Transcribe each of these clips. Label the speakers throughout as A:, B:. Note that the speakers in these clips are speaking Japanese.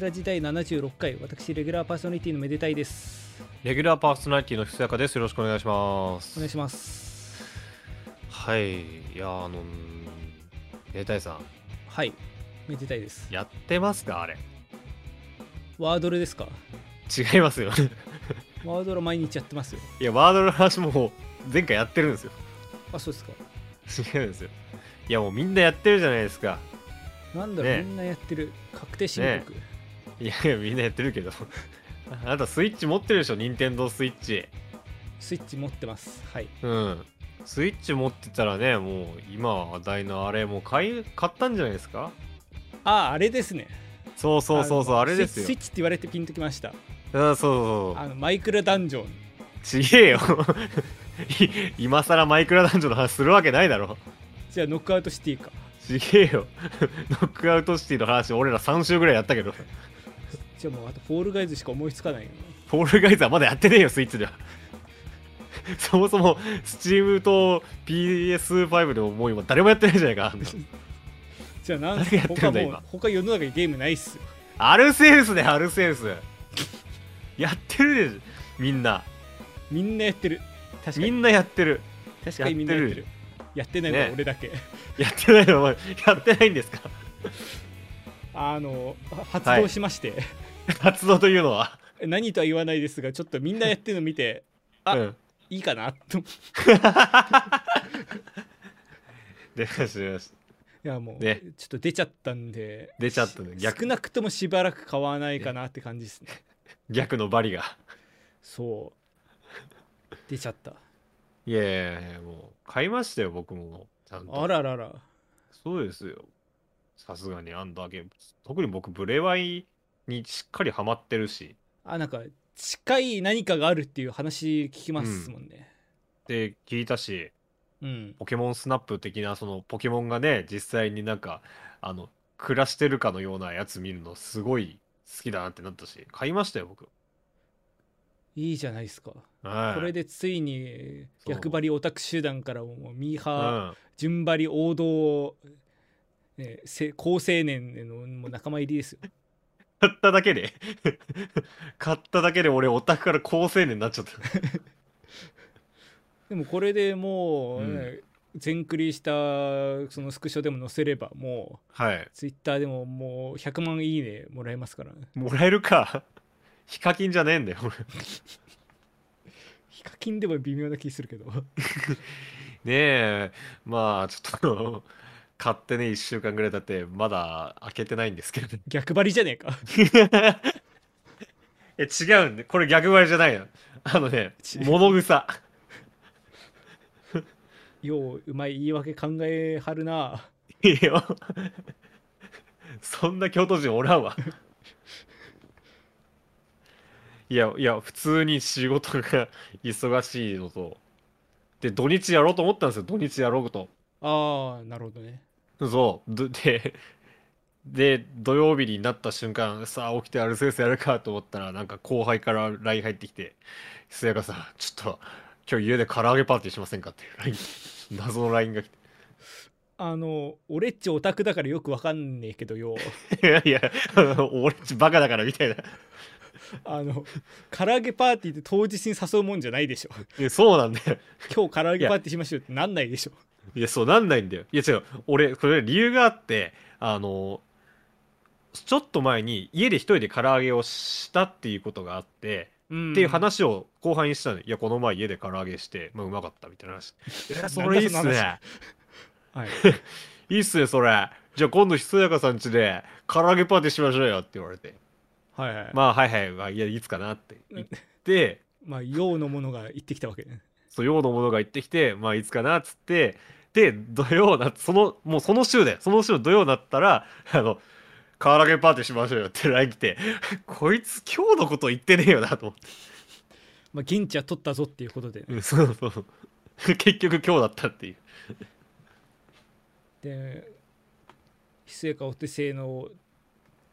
A: ラ自体76回私レギュラーパーソナリティのめでたいです
B: レギュラーパーソナリティのひそやかです。よろしくお願いします。
A: お願いします
B: はい。いや、あの、デタイさん、
A: はいめでたいです
B: やってますかあれ。
A: ワードルですか
B: 違いますよ。
A: ワードル毎日やってますよ
B: いや、ワードの話も前回やってるんですよ。
A: あそうですか
B: 違うんですよ。いや、もうみんなやってるじゃないですか。
A: なんだろう、
B: ね
A: みんなやってる確定申告、
B: いや、いやみんなやってるけど。あなたスイッチ持ってるでしょ任天堂スイッチ。
A: スイッチ持ってますはい
B: うん。スイッチ持ってたらね、もう今話題のあれもう買い買ったんじゃないですか
A: ああれですね
B: そうそうそうそう、
A: の
B: あれです
A: スイ
B: よ
A: ッ。チって言われてピンときました
B: あそうそうそう。
A: あのマイクラダンジョン
B: ちげえよ い今更マイクラ男女の話するわけないだろ
A: じゃあノックアウトシティか
B: ちげえよノックアウトシティの話俺ら3週ぐらいやったけど
A: じゃあもうあとフォールガイズしか思いつかないよ
B: ポールガイズはまだやってねえよスイッチではそもそもスチームと PS5 でももう今誰もやってないじゃないかあんな
A: じゃあなん
B: 誰がやって
A: 他
B: んだ
A: もう
B: 今
A: 他世の中にゲームないっすよ
B: アルセウスねアルセウスやってるでしょみんな
A: みんなやってる確か
B: み
A: に
B: んなやってる
A: 確かにみんなやってるやってないのは俺だけ、
B: やってないのお前やってないんですか
A: あの発動しまして、
B: 活動というのは
A: 何とは言わないですがちょっとみんなやってるの見て あ
B: うん
A: いいかなとい
B: でかしまし
A: やもう、
B: ね
A: ちょっと出ちゃったんで
B: 出ちゃったね
A: し
B: 逆
A: 少なくともしばらく買わないかなって感じですね
B: 逆のバリが
A: そう出ちゃった
B: いやいやいやもう買いましたよ僕もちゃんと
A: あららら
B: そうですよさすがにアンダーゲーム特に僕ブレワイにしっかりハマってるし
A: あなんか近い何かがあるっていう話聞きますもんね
B: で聞いたし
A: うん、
B: ポケモンスナップ的なそのポケモンがね実際になんかあの暮らしてるかのようなやつ見るのすごい好きだなってなったし買いましたよ僕
A: いいじゃないですか、
B: はい
A: これでついに
B: そう
A: 逆張りオタク集団からももうミー
B: う
A: ハー
B: ん
A: 順張り王道、ね、せ高青年のもう仲間入りですよ
B: 買っただけで 買っただけで俺オタクから高青年になっちゃった
A: でもこれでもう、
B: うん
A: ね全クリしたそのスクショでも載せればもう
B: はい
A: ツイッターでももう100万いいねもらえますからね
B: もらえるか ヒカキンじゃねえんだよ 俺
A: ヒカキンでも微妙な気するけど
B: ねえまあちょっと 買ってね1週間ぐらい経ってまだ開けてないんですけど
A: 逆張りじゃねえか
B: え違うんでこれ逆張りじゃないのあのね
A: ち
B: 物草
A: よううまい言い訳考えはるない
B: いよそんな京都人おらんわ いやいや普通に仕事が 忙しいのとで土日やろうと思ったんですよ土日やろうと
A: ああなるほどね
B: そうどでで土曜日になった瞬間さあ起きてアルセウスやるかと思ったらなんか後輩から LINE 入ってきて「すやかさんちょっと今日家で唐揚げパーティーしませんか?」っていう LINE 謎の LINE が来
A: あの俺っちオタクだからよくわかんねえけどよ
B: て「い やいやあの俺っちバカだから」みたいな
A: あの唐揚げパーティーって当日に誘うもんじゃないでしょ
B: いやそうなんだよ
A: 今日唐揚げパーティーしましょうってなんないでしょ
B: いやそうなんないんだよいや違う俺それ理由があってあのちょっと前に家で一人で唐揚げをしたっていうことがあって
A: っ
B: っていう話を後輩にしたの、いやこの前家で唐揚げして、まあ、うまかった みたいな話えそれいいっ
A: なん
B: す
A: だその
B: ね
A: 話はい、
B: いいっすねそれじゃあ今度ひそやかさん家で唐揚げパーティーしましょうよって言われて
A: はいはいま
B: まあはいはい、まあ、いやいつかなって言って
A: まあ用のものが行ってきたわけね
B: そう用のものが行ってきてまあいつかなっつってで土曜なそのもうその週だよその週の土曜になったらあの唐揚げパーティーしましょうよって LINE 来てこいつ今日のこと言ってねえよなと思って
A: まあ現地は取ったぞっていうことでね、
B: うんそうそう 結局今日だったっていう
A: で翡翠かお手製の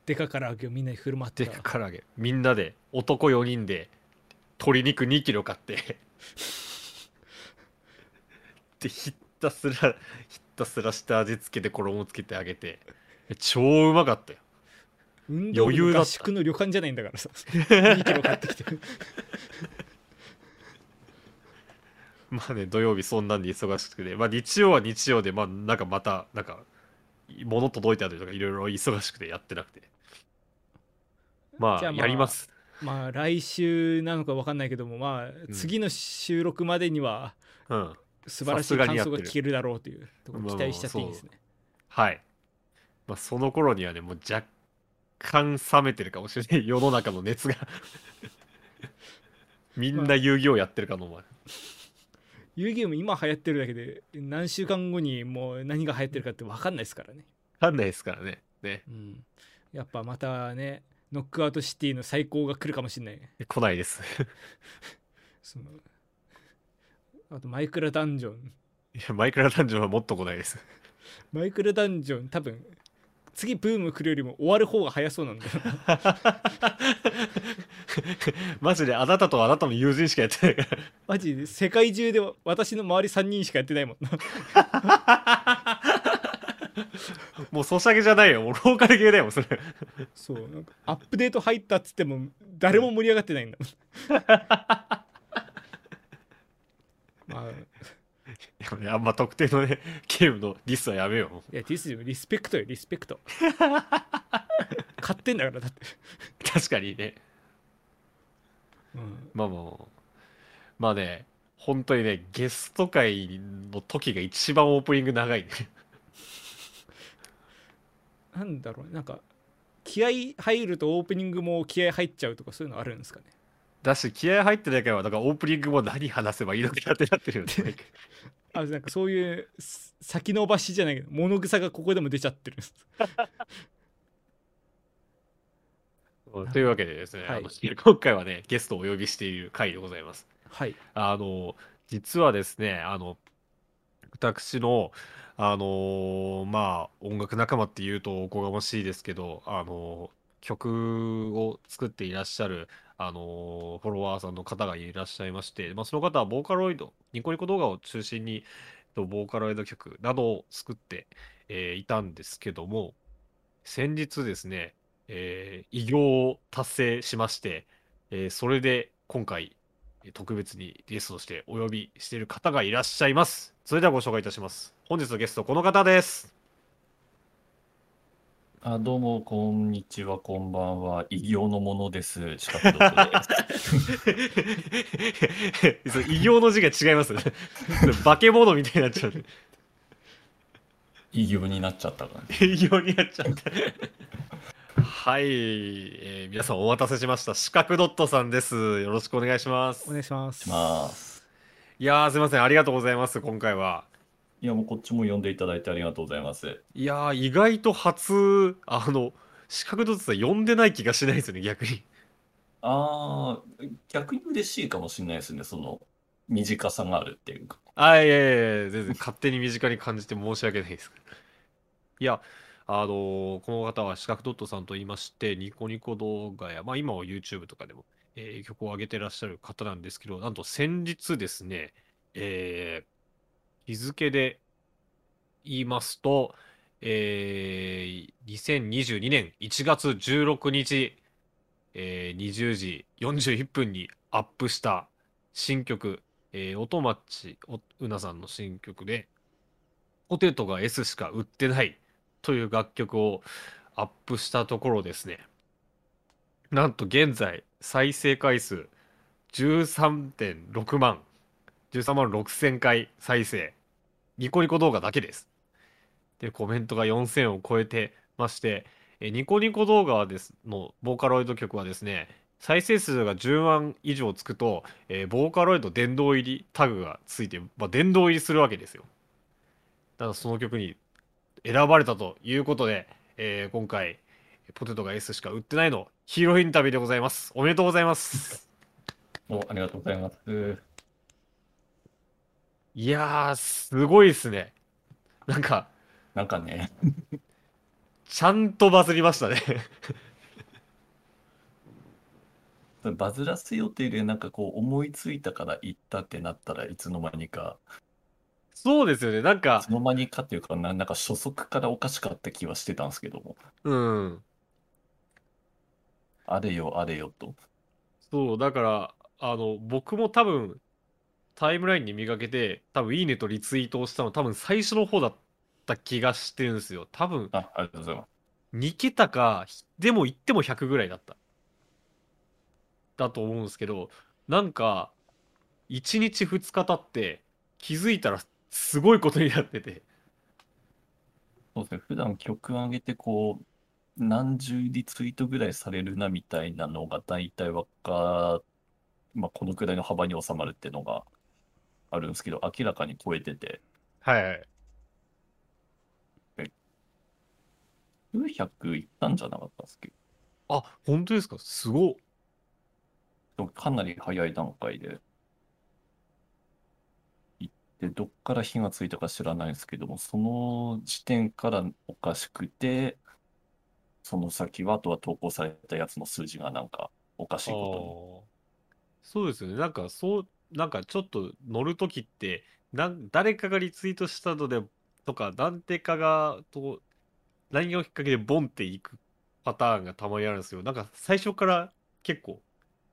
A: でか唐揚げをみんなに振る舞って
B: で
A: た
B: 唐揚げみんなで男4人で鶏肉2キロ買って でひったすらひったすらした味付けで衣つけてあげて超うまかったよ
A: 運動
B: 余裕だった
A: 部合宿の旅館じゃないんだからさ 2キロ買ってきて
B: まあね、土曜日そんなんで忙しくて、まあ日曜は日曜で、まあなんかまた、なんか、物届いたりとかいろいろ忙しくてやってなくて。ま
A: じ
B: あ、
A: ゃあまあ
B: やります。
A: まあ来週なのか分かんないけどもまあ
B: ん
A: 次の収録までには
B: うん。
A: 素晴らしい
B: さすが
A: 感
B: にやっ
A: 想
B: て
A: が
B: る
A: 聞けるだろうというところ
B: まあ
A: 期
B: まあ
A: 待しちゃっていいですね。
B: はい。まあその頃にはね、もう若干冷めてるかもしれない。世の中の熱が。みんな遊戯王やってるかの、お前。
A: 遊戯王も今流行ってるだけで何週間後にもう何が流行ってるかって分かんないですからね。
B: わかんないですからね。ね。
A: うん、やっぱまたねノックアウトシティの最高が来るかもしれないね。
B: 来ないです。
A: そのあとマイクラダンジョン
B: いや、マイクラダンジョンはもっと来ないです。
A: マイクラダンジョン多分次ブーム来るよりも終わる方が早そうなんだよ な
B: マジであなたとあなたの友人しかやってないから。
A: マジで世界中で私の周り3人しかやってないもんな
B: もうソシャゲじゃないよ。もうローカルゲーだよ、それ。
A: そうなんかアップデート入ったっつっても誰も盛り上がってないんだもんまあ
B: いやあんま特定のね、ゲームのリストはやめよう。
A: いやディスよリスペクトよリスペク ト買ってんだからだって、
B: 確かにね。
A: うん、
B: まあまあまあ。まあね、本当にね、ゲスト会の時が一番オープニング長いね。
A: なんだろうなんか気合入るとオープニングも気合入っちゃうとかそういうのあるんですかね
B: だし、気合入ってないから、だからオープニングも何話せばいいのかってなってるよね。 毎回
A: あなんかそういうす先延ばしじゃないけど物臭がここでも出ちゃってる
B: というわけでですね、
A: はい
B: あの今回はね、ゲストをお呼びしている回でございます。
A: はい
B: あの、実はですね、あの、私の、あの、まあ、音楽仲間っていうとおこがましいですけど、あの、曲を作っていらっしゃる、あの、フォロワーさんの方がいらっしゃいまして、まあ、その方はボーカロイド、ニコニコ動画を中心に、えっとボーカロイド曲などを作って、えーいたんですけども、先日ですね、えー偉業を達成しまして、えーそれで今回、えー特別にゲストとしてお呼びしている方がいらっしゃいます。それではご紹介いたします。本日のゲスト、この方です。
C: あ、どうも、こんにちは、こんばんは。異形のものです。シカプロットです。
B: その異形の字が違います。 化け物みたいになっちゃう。
C: 異形になっちゃったからね。
B: 異形になっちゃった。はい、えー皆さんお待たせしました。四角ドットさんです。よろしくお願いします
A: お。願いします
C: します。
B: いやー、すいません。ありがとうございます。今回は。
C: いや、もうこっちも呼んでいただいてありがとうございます。
B: いやー、意外と初、あの、四角ドットさん呼んでない気がしないですよね、逆に。
C: あー、逆に嬉しいかもしれないですね。その、短さがあるっていうか。
B: あ、いやいやいや、全然勝手に身近に感じて申し訳ないです。いや、あのーこの方は四角ドットさんと言いまして、ニコニコ動画や、まあ今は YouTube とかでも、えー曲を上げてらっしゃる方なんですけど、なんと先日ですね、えー日付で言いますと、えー2022年1月16日、えー20時41分にアップした新曲、えー、音マッチおうなさんの新曲で「ポテトが S しか売ってない」という楽曲をアップしたところですねなんと現在再生回数13.6万13万6000回再生ニコニコ動画だけですでコメントが4000を超えてましてえーニコニコ動画はですのボーカロイド曲はですね再生数が10万以上つくとえーボーカロイド殿堂入りタグがついて、まあ、殿堂入りするわけですよ。ただその曲に選ばれたということで、えー今回、ポテトが S しか売ってないのヒーローインタビューでございます。おめでとうございます。
C: お、ありがとうございます。
B: いやー、すごいですね。なんか、
C: なんかね、
B: ちゃんとバズりましたね。
C: バズらせようっていうより、なんかこう、思いついたから言ったってなったらいつの間にか、
B: そうですよね。なん
C: い
B: か
C: つ、の間にかっていうか、ななんか初速からおかしかった気はしてたんですけども。
B: うん。
C: あれよあれよと。
B: そう、だから、あの、僕も多分、タイムラインに見かけて、多分、いいねとリツイートをしたの、多分、最初の方だった気がしてるんですよ。多分、
C: あ、ありがとうございます。
B: 2桁か、でも言っても100ぐらいだった。だと思うんですけど、なんか、1日2日経って、気づいたら、すごいことになってて。
C: そうですね。普段曲上げてこう、何十リツイートぐらいされるなみたいなのが大体わか、まあ、このくらいの幅に収まるっていうのがあるんですけど、明らかに超えてて、
B: はいはい。
C: 900いったんじゃなかったっすっけ
B: あ、本当ですかすごっ。
C: ど。かなり早い段階で行って、どっから火がついたか知らないですけども、その時点からおかしくて、その先は、あとは投稿されたやつの数字がなんかおかしいことに。
B: そうですよね。なんかそう、なんかちょっと乗るときって、なん誰かがリツイートしたので、とか、何てかが、と、何がきっかけでボンっていくパターンがたまにあるんですけど、なんか最初から結構、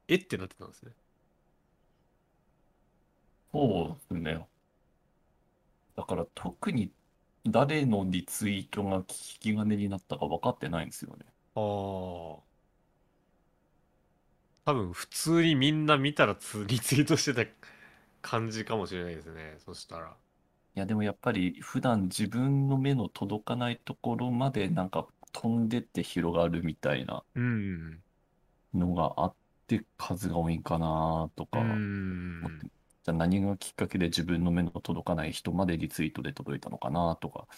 B: えってなってたんですね。
C: そうですね。だから特に誰のリツイートが引き金になったか分かってないんですよね。
B: ああ。多分、普通にみんな見たらつリツイートしてた感じかもしれないですね。そしたら。
C: いやでもやっぱり普段自分の目の届かないところまでなんか飛んでって広がるみたいな
B: うんうん
C: のがあって数が多いんかなと
B: う
C: か、
B: ん。う
C: じ
B: んうんうん。
C: ゃあ何がきっかけで自分の目の届かない人までリツイートで届いたのかなとか、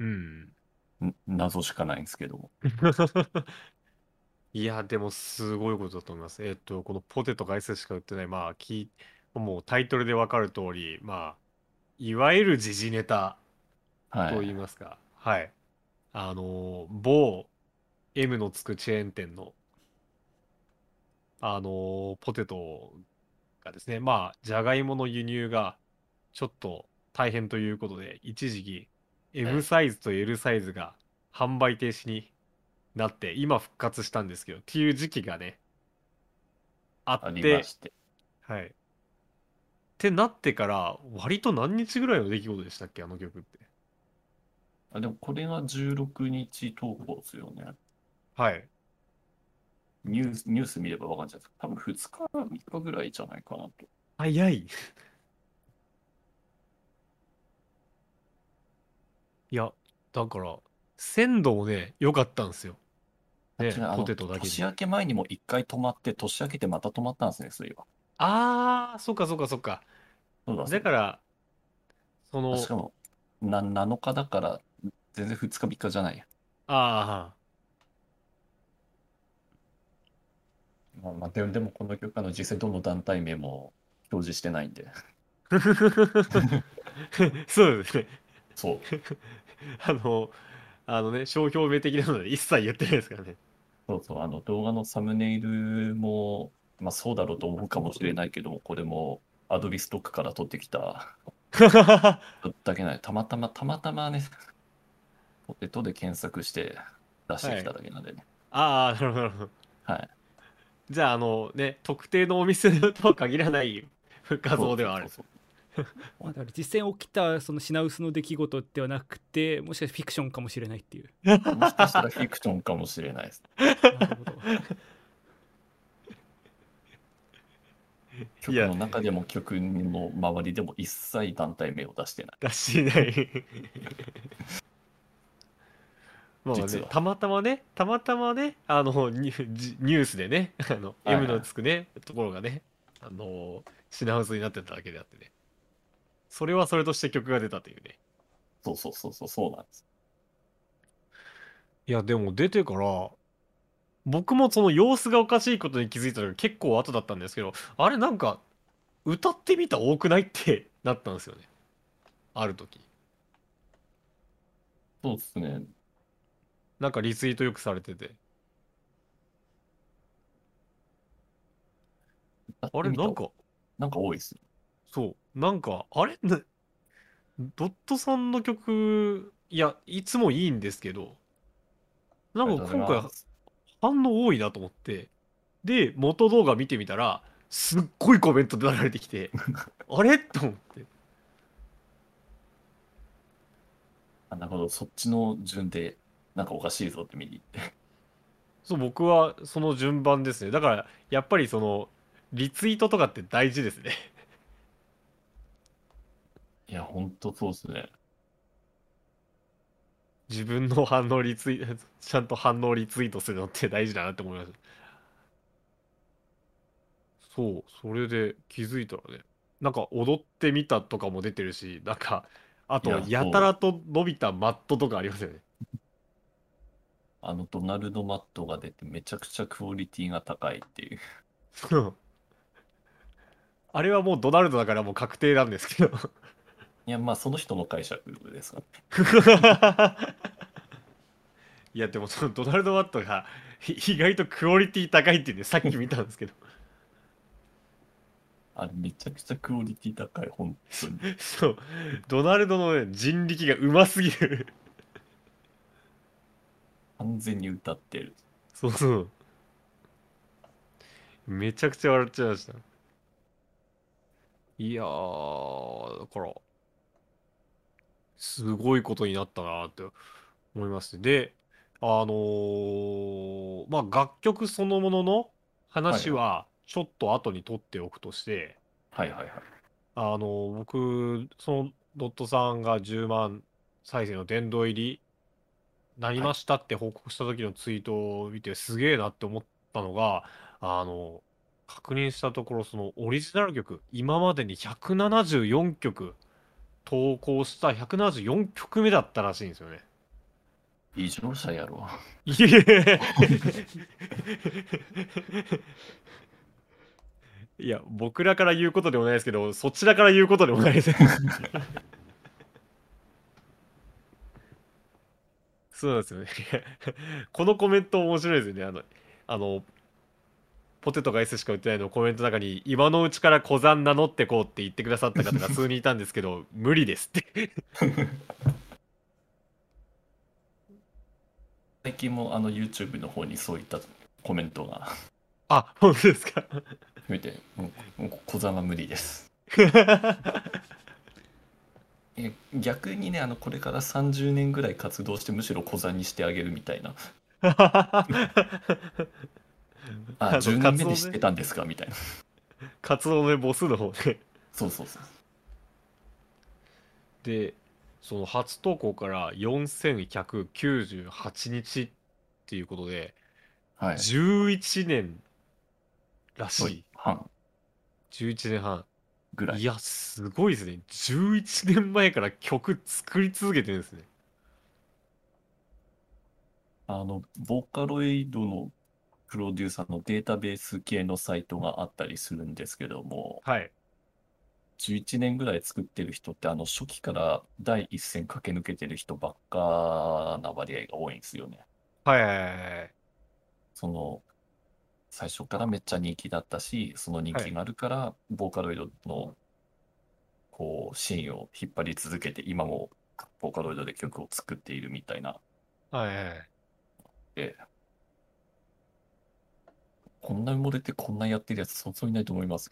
B: うん。
C: ん謎しかないんですけども。
B: いや、でもすごいことだと思います。えっと、このポテトがアイスしか売ってない、まあ、き、もうタイトルでわかる通り、まあ、いわゆる時事ネタ
C: は
B: と
C: い。
B: 言いますか、はい。あのー、某 M のつくチェーン店の、あのー、ポテトがですね、まあ、じゃがいもの輸入がちょっと大変ということで、一時期 M サイズと L サイズが販売停止になって、今復活したんですけど、っていう時期がね、あ
C: あ
B: っ
C: り
B: て
C: ま、して。
B: はい。ってなってから、割と何日ぐらいの出来事でしたっけ、あの曲って。
C: あ、でもこれが16日投稿ですよね。
B: はい。
C: ニュース、ニュース見ればわかるんじゃないですか。多分2日、3日ぐらいじゃないかなと。
B: 早い。 いや、だから、鮮度もね、良かったんですよ。ね、
C: 違うあ
B: ポ
C: の
B: テトだけで
C: 年明け前にも1回止まって、年明けてまた止まったんですね、そういえば。
B: あー、そっかそっかそっか。
C: そうだ、
B: だから、その、
C: しかもな、7日だから、全然2日、3日じゃないや。
B: あ
C: まあ、まあでも、でもこの曲、あの、実際どの団体名も表示してないんで。
B: ー、 そうですね。
C: そう。
B: あの、あのね、商標名的なので一切言ってないですからね。
C: そうそう。あの、動画のサムネイルも、まあ、そうだろうと思うかもしれないけども、これも、アドビストックから取ってきた。だけない。たまたま、たまたまね、ポテトで検索して出してきただけなんでね。
B: あー、なるほどなるほど。
C: はい。
B: じゃあ、あのね、特定のお店とは限らない画像ではある。
C: そう
A: まあだから実際起きたその品薄の出来事ではなくてもしかしてフィクションかもしれないって いう
C: そうそう。もしかしたらフィクションかもしれない です。
A: なるほど
C: 曲の中でも曲の周りでも一切団体名を出してない。
B: 出してない まあね
C: 実は
B: たまたまねたまたまねあのニュじニュースでねあの
C: はいはい
B: M のつくねところがねあの品薄になってただけであってねそれはそれとして曲が出たというね
C: そうそうそうそう、そうなんです。
B: いやでも出てから僕もその様子がおかしいことに気づいたのが結構後だったんですけどあれなんか歌ってみた多くないってなったんですよねある時
C: そうですね。
B: なんかリツイートよくされててあれなんか
C: なんか多いですよ。
B: そう、なんか、あれ なドットさんの曲、いや、いつもいいんですけど、なんか今回
C: ありがとうございます
B: 反応多いなと思って、で元動画見てみたらすっごいコメントでられてき てあれと思って
C: あなるほど、そっちの順で、なんかおかしいぞって見に行って。
B: そう僕はその順番ですねだからやっぱりそのリツイートとかって大事ですね
C: いや、ほんとそうですね。
B: 自分の反応リツイちゃんと反応リツイートするのって大事だなって思いましたそうそれで気づいたらねなんか踊ってみたとかも出てるしなんかあと
C: いやそう
B: やたらと伸びたマットとかありますよね
C: あのドナルド・マットが出て、めちゃくちゃクオリティが高いっていう。
B: そう あれはもうドナルドだからもう確定なんですけど
C: いや、まあ、その人の解釈ですからね。
B: いやでもそのドナルド・マットがい意外とクオリティ高いっていうんでさっき見たんですけど
C: あれ、めちゃくちゃクオリティ高い、本当に。
B: そうドナルドの、ね、人力がうますぎる
C: 完全に歌ってる。
B: そうそうめちゃくちゃ笑っちゃいましたいやーだからすごいことになったなーって思いますねであのーまあ楽曲そのものの話はちょっと後に取っておくとして、
C: はいはいはい。
B: あの、僕、そのドットさんが10万再生の殿堂入りなりましたって報告した時のツイートを見てすげえなって思ったのが、あの、確認したところ、そのオリジナル曲、今までに174曲投稿した174曲目だったらしいんですよね。
C: 異常者やろ。
B: いえ いや、僕らから言うことでもないですけど、そちらから言うことでもないです。 そうなんですよね。このコメント面白いですよね。あの、あの、ポテトが S しか売ってないのコメントの中に、今のうちから小山名乗ってこうって言ってくださった方が数人いたんですけど、 無理ですって。
C: 最近もあの YouTube の方にそういったコメントが
B: あ、本当ですか。
C: 見て、もうもう小ざは無理です。え逆にねあのこれから30年ぐらい活動してむしろ小座にしてあげるみたいなあ
B: あの
C: 10年
B: 活動
C: 目で
B: ね
C: 知ってたんですかみたいな
B: 活動の母数の方で。
C: そうそうそう
B: で、その初投稿から4198日っていうことで、
C: はい
B: 11年らしい。
C: 半
B: 11年半。
C: ぐらい
B: いや、すごいですね。11年前から曲作り続けてるんですね。
C: あのボーカロイドのプロデューサーのデータベース系のサイトがあったりするんですけども
B: はい。
C: 11年ぐらい作ってる人ってあの初期から第一線駆け抜けてる人ばっかな割合が多いんですよね
B: はいはいはいはい。
C: その最初からめっちゃ人気だったし、その人気があるから、ボーカロイドのこうシーンを引っ張り続けて、今もボーカロイドで曲を作っているみたいな、
B: はいはいはい。
C: こんな埋もれてこんなやってるやつ、そうそういないと思います。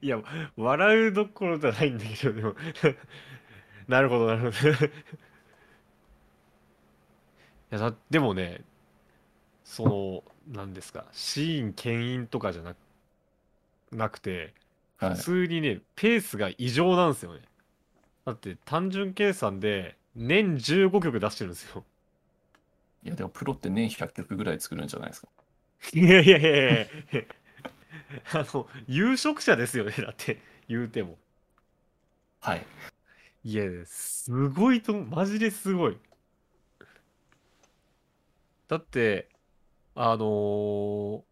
B: いや、笑うどころじゃないんだけど、でも。なるほど、なるほど。いや、だ、でもね、その、なんですか、シーン牽引とかじゃなく、なくて、
C: は
B: 普通
C: い、
B: にね、ペースが異常なんですよね。だって、単純計算で、年15曲出してるんですよ。
C: いや、でもプロって年100曲ぐらい作るんじゃないですか。
B: いやいやいやいや あの、有職者ですよね、だって、言うても。
C: はい。
B: いや、すごいと思う、マジですごい。だって、あのー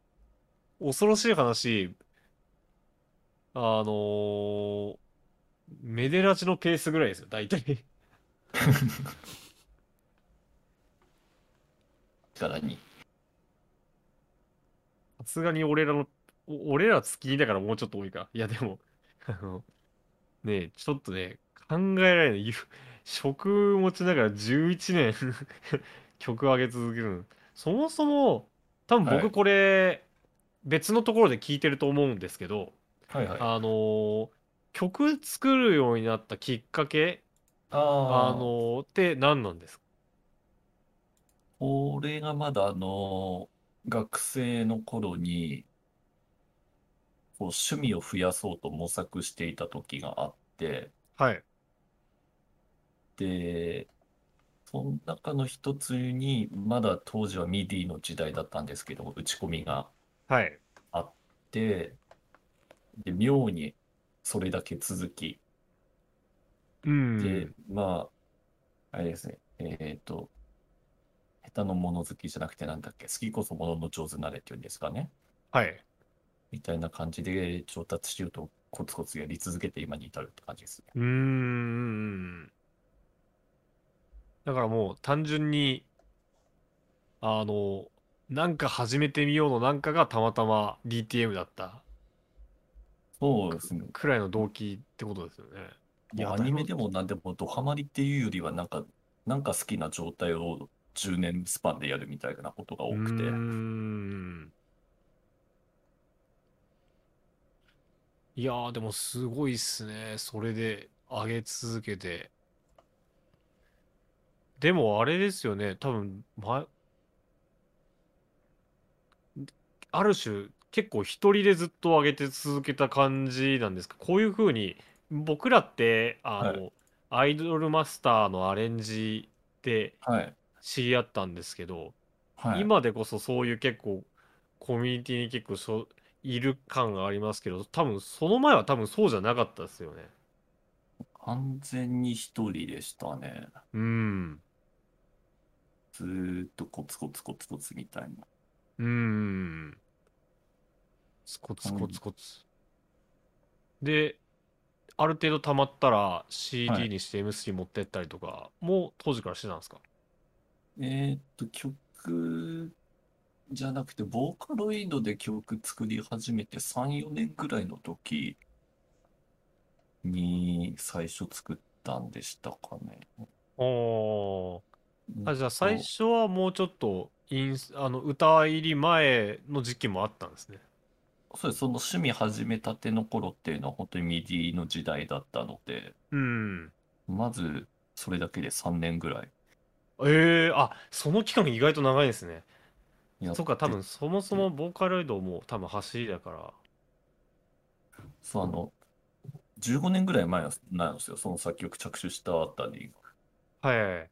B: 恐ろしい話、あのーメデラチのペースぐらいですよ、大体。
C: 力に。
B: さすがに俺らの、お俺ら月だからもうちょっと多いか。いや、でも、 あの、ねえ、ちょっとね、考えられない。ゆ職持ちながら11年曲上げ続けるの。そもそも、多分
C: はい
B: 僕これ別のところで聞いてると思うんですけど、
C: はいはい。
B: あのー曲作るようになったきっかけあ
C: あの、
B: のーって何なんですか
C: 俺がまだあの、学生の頃に、こう趣味を増やそうと模索していた時があって、
B: はい
C: で、その中の一つに、まだ当時は MIDI の時代だったんですけど、打ち込みが
B: はい
C: あって、で、妙にそれだけ続き、
B: うん
C: で、まあ、あれですね、えっと、下手のもの好きじゃなくてなんだっけ、好きこそものの上手なれっていうんですかね、
B: はい
C: みたいな感じで調達しようとコツコツやり続けて今に至るって感じですね。
B: うーんだからもう単純にあのなんか始めてみようのなんかがたまたま DTM だった
C: そうですね。
B: くらいの動機ってことですよね。
C: もうアニメでも何でもドハマりっていうよりは、なんか、なんか好きな状態を10年スパンでやるみたいなことが多
B: う
C: くて、
B: ーんいやーでもすごいっすねそれで上げ続けてでもあれですよね多分前ある種結構一人でずっと上げて続けた感じなんですかこういう風に僕らってあの、アイドルマスターのアレンジで
C: はい、
B: 知り合ったんですけど
C: はい。
B: 今でこそそういう結構コミュニティに結構そういる感がありますけど多分その前は多分そうじゃなかったですよね
C: 完全に一人でしたね。
B: うん
C: ずーっとコツコツコツコツみたいな。
B: うんコツコツコツ、である程度溜まったら
C: は
B: CD
C: い
B: にして M3 持ってったりとかも当時からしてたんですか、
C: えーっと、曲じゃなくて、ボーカロイドで曲作り始めて3、4年ぐらいの時に最初作ったんでしたかね。
B: お
C: うん
B: あじゃあ最
C: と
B: 初はもうちょっとインスあの歌入り前の時期もあったんですね
C: そうですその趣味始めたての頃っていうのは本当にミディの時代だったので、
B: うん
C: まずそれだけで3年ぐらい
B: ええあ、その期間意外と長いですね。
C: や
B: そっか、多
C: って
B: 分そもそもボーカロイドも多分走りだから。
C: そう、あの、15年ぐらい前なんですよ。その作曲着手したあたりが。
B: はい。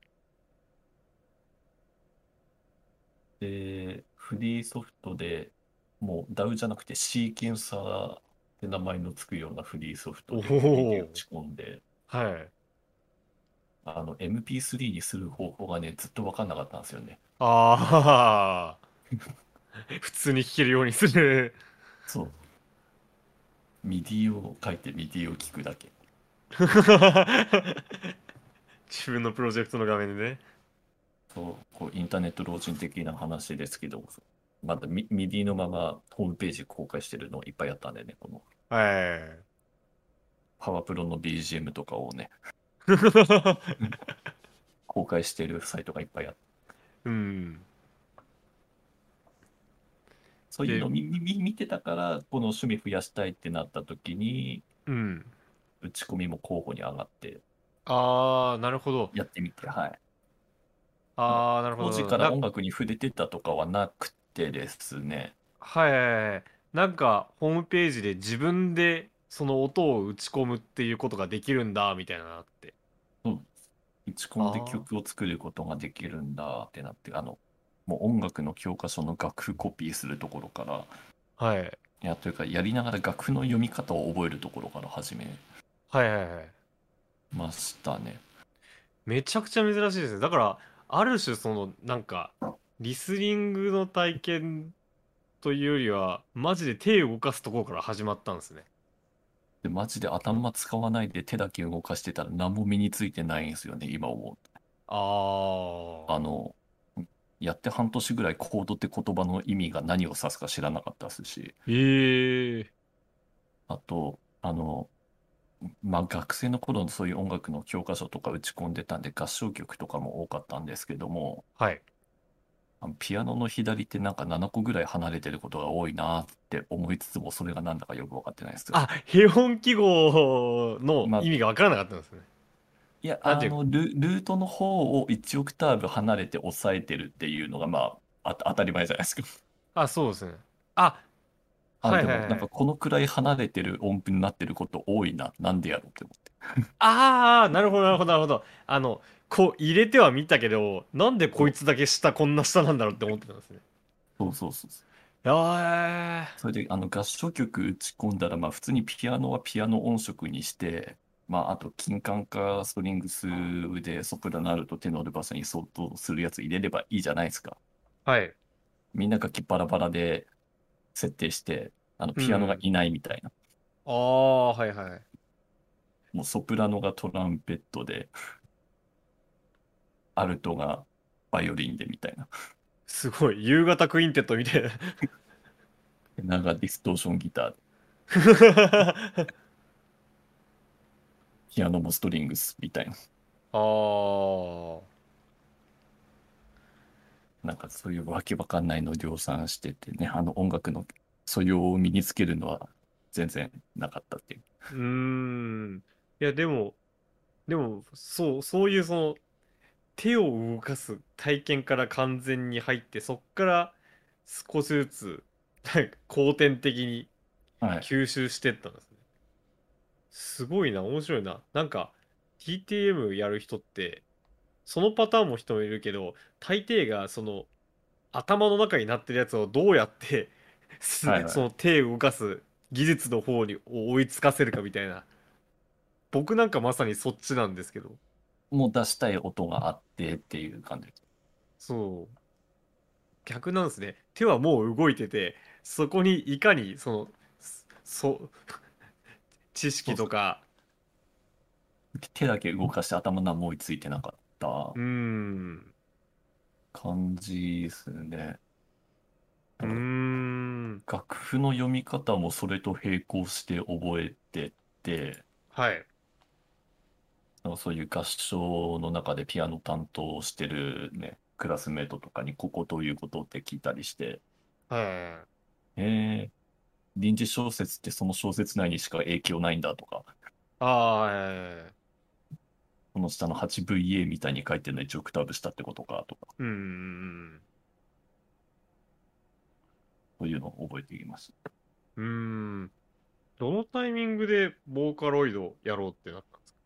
C: で、フリーソフトでもう DAW じゃなくてシーケンサーって名前のつくようなフリーソフトで
B: おお
C: MIDI 打ち込んで、
B: はい。
C: あの MP3 にする方法がね、ずっと分かんなかったんですよね。
B: ああ。 普通に弾けるようにする。
C: そう。MIDI を書いて MIDI を聞くだけ。
B: 自分のプロジェクトの画面でね。
C: そう、こうインターネット老人的な話ですけど、まだミ MIDI のままホームページ公開してるのいっぱいあったんでね、この
B: はい。
C: パワプロの BGM とかをね、公開してるサイトがいっぱいあって、
B: うん。
C: そういうのを見見見てたから、この趣味増やしたいってなった時に、
B: うん。
C: 打ち込みも候補に上がって
B: ああ、なるほど。
C: やってみて、はい。
B: ああ、なるほ
C: 当
B: ど。
C: 時から
B: な
C: 音楽に触れてたとかはなくてですね、
B: はいはいはい。なんか、ホームページで自分でその音を打ち込むっていうことができるんだ、みたいなのあって。
C: 打ち込んで
B: あー
C: 曲を作ることができるんだってなって、あの、もう音楽の教科書の楽譜コピーするところから、
B: はい。
C: いや、というか、やりながら楽譜の読み方を覚えるところから始め
B: はいはいはい。
C: ましたね。
B: めちゃくちゃ珍しいですね。だから、ある種、その、なんか、リスニングの体験というよりは、マジで手を動かすところから始まったんですね。
C: で、マジで頭使わないで手だけ動かしてたら何も身についてないんですよね、今思うと
B: ああ。
C: あの、やって半年ぐらいコードって言葉の意味が何を指すか知らなかったですし、
B: ええ
C: あと、あの、まあ、学生の頃のそういう音楽の教科書とか打ち込んでたんで合唱曲とかも多かったんですけども、
B: はい。
C: あのピアノの左手なんか7個ぐらい離れてることが多いなって思いつつも、それがなんだかよく分かってないです。
B: あ、平穏記号の意味が分からなかったんですね。
C: いや、
B: なん
C: あ
B: ていう
C: の、ル、ルートの方を1オクターブ離れて押さえてるっていうのが、まあ、あた当たり前じゃないですか。
B: あ、そうですね。あ、
C: あ、
B: はい
C: でも
B: はいはい
C: なんかこのくらい離れてる音符になってること多いな。なんでやろうって思って。
B: ああ、なるほど、なるほど、なるほど。あの、こう入れては見たけど、なんでこいつだけ下こんな下なんだろうって思ってたんですね。
C: そうそうそうそう。
B: あ
C: それで、あの、合唱曲打ち込んだら、まあ、普通にピアノはピアノ音色にして、まあ、あと、金管かストリングスでソプラノあるとテノールバスに相当するやつ入れればいいじゃないですか。
B: あ、はい。
C: みんな楽器バラバラで設定して、あの、ピアノがいないみたいな。
B: ああ、はいはい。
C: もうソプラノがトランペットで、アルトがバイオリンでみたいな。
B: すごい、夕方クインテットみたいな。
C: なんかディストーションギターで、ピアノもストリングスみたいな。
B: ああ。
C: なんかそういうわけわかんないのを量産しててね、あの音楽の素養を身につけるのは全然なかったっていう。
B: うーん。いや、でも、でも、そう、そういうその、手を動かす体験から完全に入って、そっから少しずつ、なんか、後天的に
C: はい。
B: 吸収してったんですね。すごいな、面白いな。なんか、TTM やる人って、そのパターンも人もいるけど、大抵がその、頭の中になってるやつをどうやって、す
C: はいはい
B: その手を動かす技術の方に追いつかせるかみたいな。僕なんかまさにそっちなんですけど。
C: もう出したい音があってっていう感じ。
B: そう。逆なんですね。手はもう動いてて、そこにいかにその、そ、 知識とか、
C: 手だけ動かして頭何も追いついてなかった
B: うーん。
C: 感じですね。
B: うーん。
C: 楽譜の読み方もそれと並行して覚えてって、
B: はい。
C: なんかそういう合唱の中でピアノ担当してるね、クラスメートとかにここということって聞いたりして、
B: は
C: えー、臨時小説ってその小説内にしか影響ないんだとか、
B: い。ああ、
C: この下の 8VA みたいに書いてるの1オクターブ下ってことかとか、
B: うーん。
C: そういうのを覚えていきまし
B: うーん。どのタイミングでボーカロイドやろうってなったんですか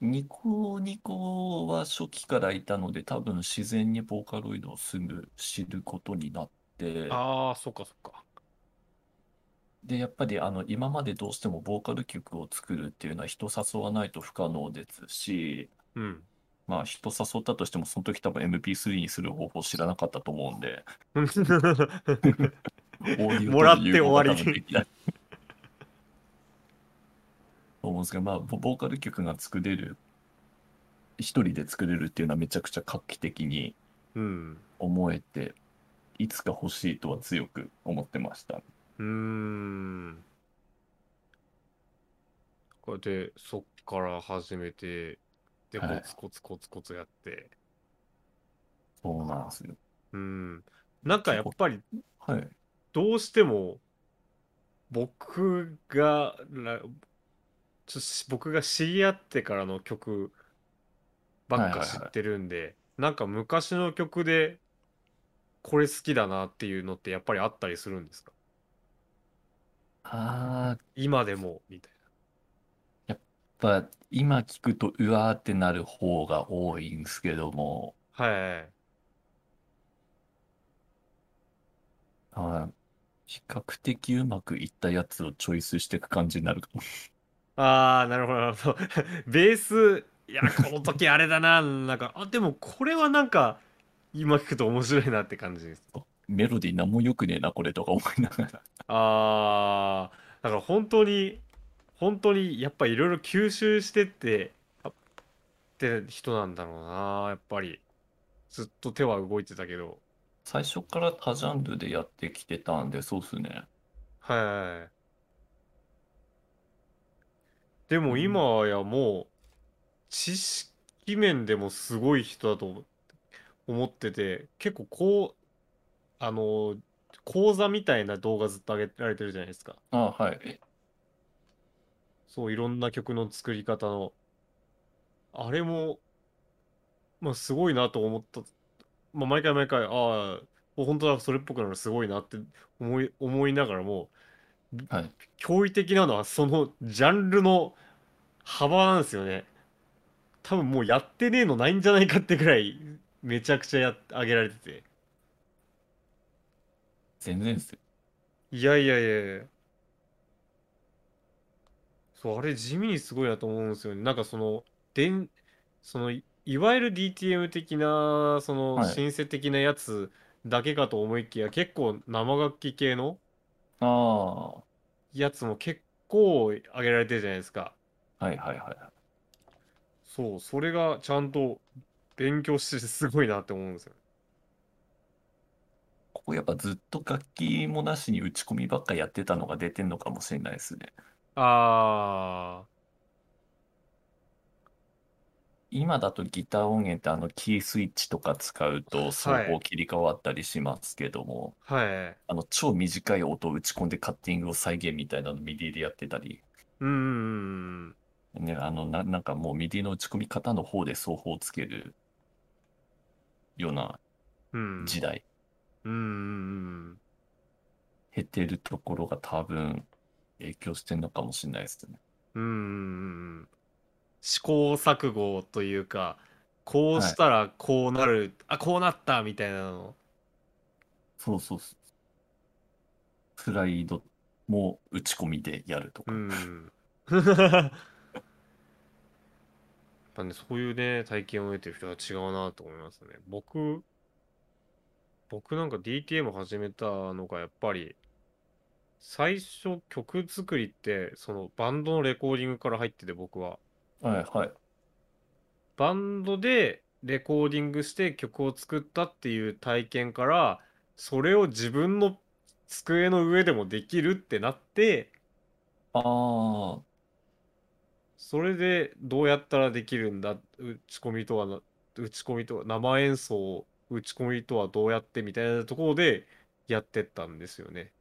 C: た。ニコニコは初期からいたので、多分自然にボーカロイドをすぐ知ることになって、
B: ああ、そっかそっか。
C: で、やっぱりあの今までどうしてもボーカル曲を作るっていうのは人誘わないと不可能ですし、
B: うん。
C: まあ人誘ったとしてもその時多分 MP3 にする方法知らなかったと思うんで、オーディオ
B: もらって
C: という融合が
B: 終わり
C: 多分 できない。と思うんですけど、まあボボーカル曲が作れる、一人で作れるっていうのはめちゃくちゃ画期的に
B: うん。
C: 思えて、いつか欲しいとは強く思ってました。
B: うーん。これで、そっから始めて、で、コ
C: はい
B: ツコツコツコツやって。
C: そうなんですよ。
B: うん。なんかやっぱり、
C: はい。
B: どうしても僕がらちょし僕が知り合ってからの曲ばっか
C: はいはい
B: 知
C: はい
B: ってるんで、なんか昔の曲でこれ好きだなっていうのってやっぱりあったりするんですか
C: ああ、
B: 今でもみたい
C: やっぱ今聞くとうわーってなる方が多いんですけども、
B: な。はいはい。
C: はい比較的うまくいったやつをチョイスしていく感じになるかも。
B: ああ、なるほど、なるほど。 ベース、いや、この時あれだな、なんか、あ、でもこれはなんか、今聞くと面白いなって感じです。
C: メロディー何も良くねえな、これとか思いながら。
B: あー、だから本当に、本当にやっぱいろいろ吸収してって、あって人なんだろうな、やっぱり。ずっと手は動いてたけど。
C: 最初から他ジャンルでやってきてたんで、そうっすね。
B: はい。で
C: う
B: も
C: ん
B: 今やもう、知識面でもすごい人だと思う。思ってて、結構こう、あの、講座みたいな動画ずっと上げられてるじゃないですか。
C: あはい。
B: そう、いろんな曲の作り方の。あれも、まあ、すごいなと思った。まあ、毎回毎回、ああ、本当だ、それっぽくなるすごいなって思い、思いながらも、
C: はい。
B: 驚異的なのはそのジャンルの幅なんですよね多分もうやってねえのないんじゃないかってぐらいめちゃくちゃやっ上げられてて
C: 全然ですよ。
B: いやいやいやいやそうあれ地味にすごいなと思うんですよねなんかそのでんそのいいわゆる DTM 的なその
C: はい
B: シンセ的なやつだけかと思いきや、結構生楽器系の
C: ああ。は
B: やつも結構上げられてるじゃないですか
C: いはいは
B: そう、それがちゃんと勉強しててすごいなって思うんですよ。
C: い。ここやっぱずっと楽器もなしに打ち込みばっかやってたのが出てんのかもしれないですね。
B: あ
C: 今だとギター音源ってあのキースイッチとか使うと
B: は
C: 奏
B: い
C: 法切り替わったりしますけども、
B: あ、はい。
C: あの超短い音を打ち込んでカッティングを再現みたいなのミディでやってたり、
B: うんうんうん。
C: ね、あのな、なんかもうミディの打ち込み方の方で奏法をつけるような
B: うん。
C: 時代、
B: うんうんうん。
C: 減ってるところが多分影響してんのかもしれないですね。
B: うんうんうん。試行錯誤というか、こうしたらこうなる、あ、こうなったみたいなの。
C: そうそうそう。スライドも打ち込みでやると
B: う
C: か。
B: ん。やっぱね、そういうね、体験を得てる人は違うなと思いますね。僕、僕なんか DTM 始めたのがやっぱり、最初曲作りって、そのバンドのレコーディングから入ってて僕は、
C: はいはい。
B: バンドでレコーディングして曲を作ったっていう体験から、それを自分の机の上でもできるってなって、
C: ああ、
B: それでどうやったらできるんだ打ち込みとはな打ち込みとは生演奏打ち込みとはどうやってみたいなところでやってったんですよね。